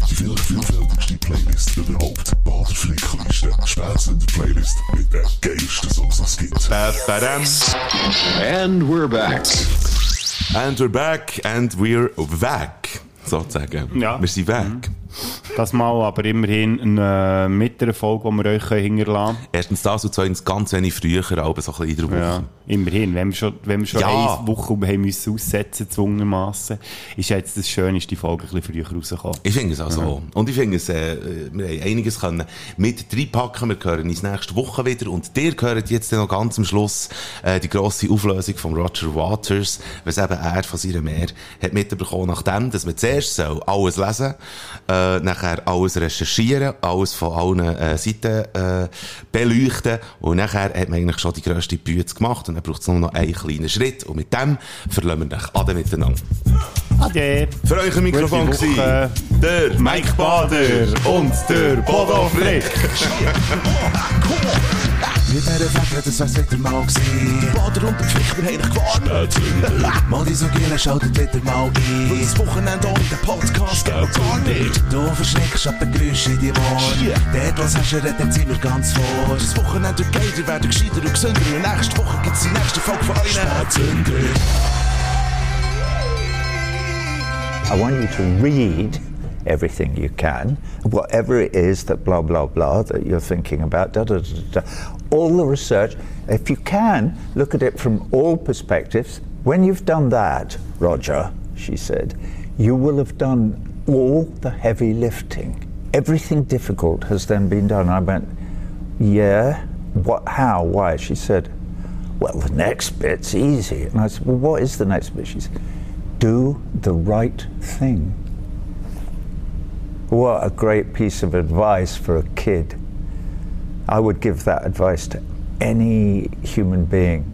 Speaker 11: Die vielfältigste Playlist überhaupt. Bader Flickliste. Spätzende Playlist mit den geilsten Songs, was es gibt.
Speaker 2: And we're back. And we're back and we're weg. Sozusagen.
Speaker 3: Ja.
Speaker 2: Wir sind weg. Mhm.
Speaker 3: Das mal aber immerhin äh, mit der Folge, die wir euch hinterlassen können.
Speaker 2: Erstens das und zweitens ganz wenig früher, aber so ein bisschen in der Woche. Ja,
Speaker 3: immerhin. Wenn wir schon, wenn wir schon
Speaker 2: Ja.
Speaker 3: eine Woche haben müssen aussetzen gezwungenermassen, ist jetzt das Schöne, ist die Folge ein bisschen früher rausgekommen.
Speaker 2: Ich finde es auch so.
Speaker 3: Mhm.
Speaker 2: Und ich finde es, äh, wir haben einiges können mit reinpacken. Wir hören uns nächste Woche wieder. Und dir gehört jetzt dann noch ganz am Schluss äh, die grosse Auflösung von Roger Waters, was eben er von seiner Mehr hat mitbekommen, nachdem, dass man zuerst soll alles lesen, äh, nachher alles recherchieren, alles von allen äh, Seiten äh, beleuchten. Und nachher hat man eigentlich schon die grösste Bütze gemacht. Und dann braucht es nur noch einen kleinen Schritt. Und mit dem verlassen wir dich alle miteinander.
Speaker 3: Ade.
Speaker 2: Für euch ein Mikrofon
Speaker 3: Gute Woche.
Speaker 2: war der Mike Bader und der Bodo Frick.
Speaker 4: Mit dieser Frage, das wär's wieder mal gewesen. Die Bader und der Pflicht, wir haben dich gewarnt. Mal die so gerne, schaltet wieder mal ein. Weil das Wochenende ohne den Podcast geht gar nicht. Du verschreckst ab den Geräuschen in die Ohren. Dort, was hast du redet, dann sind wir ganz vor. Das Wochenende wird geiler, wir werden gescheiter und gesünder. Und nächste Woche gibt's die nächste Folge von euren Spätzünder.
Speaker 1: I want you to read everything you can, whatever it is that blah, blah, blah that you're thinking about, da, da, da, da. All the research, if you can, look at it from all perspectives. When you've done that, Roger, she said, you will have done all the heavy lifting. Everything difficult has then been done. I went, yeah, what, how, why? She said, well, the next bit's easy. And I said, well, what is the next bit? She said, do the right thing. What a great piece of advice for a kid. I would give that advice to any human being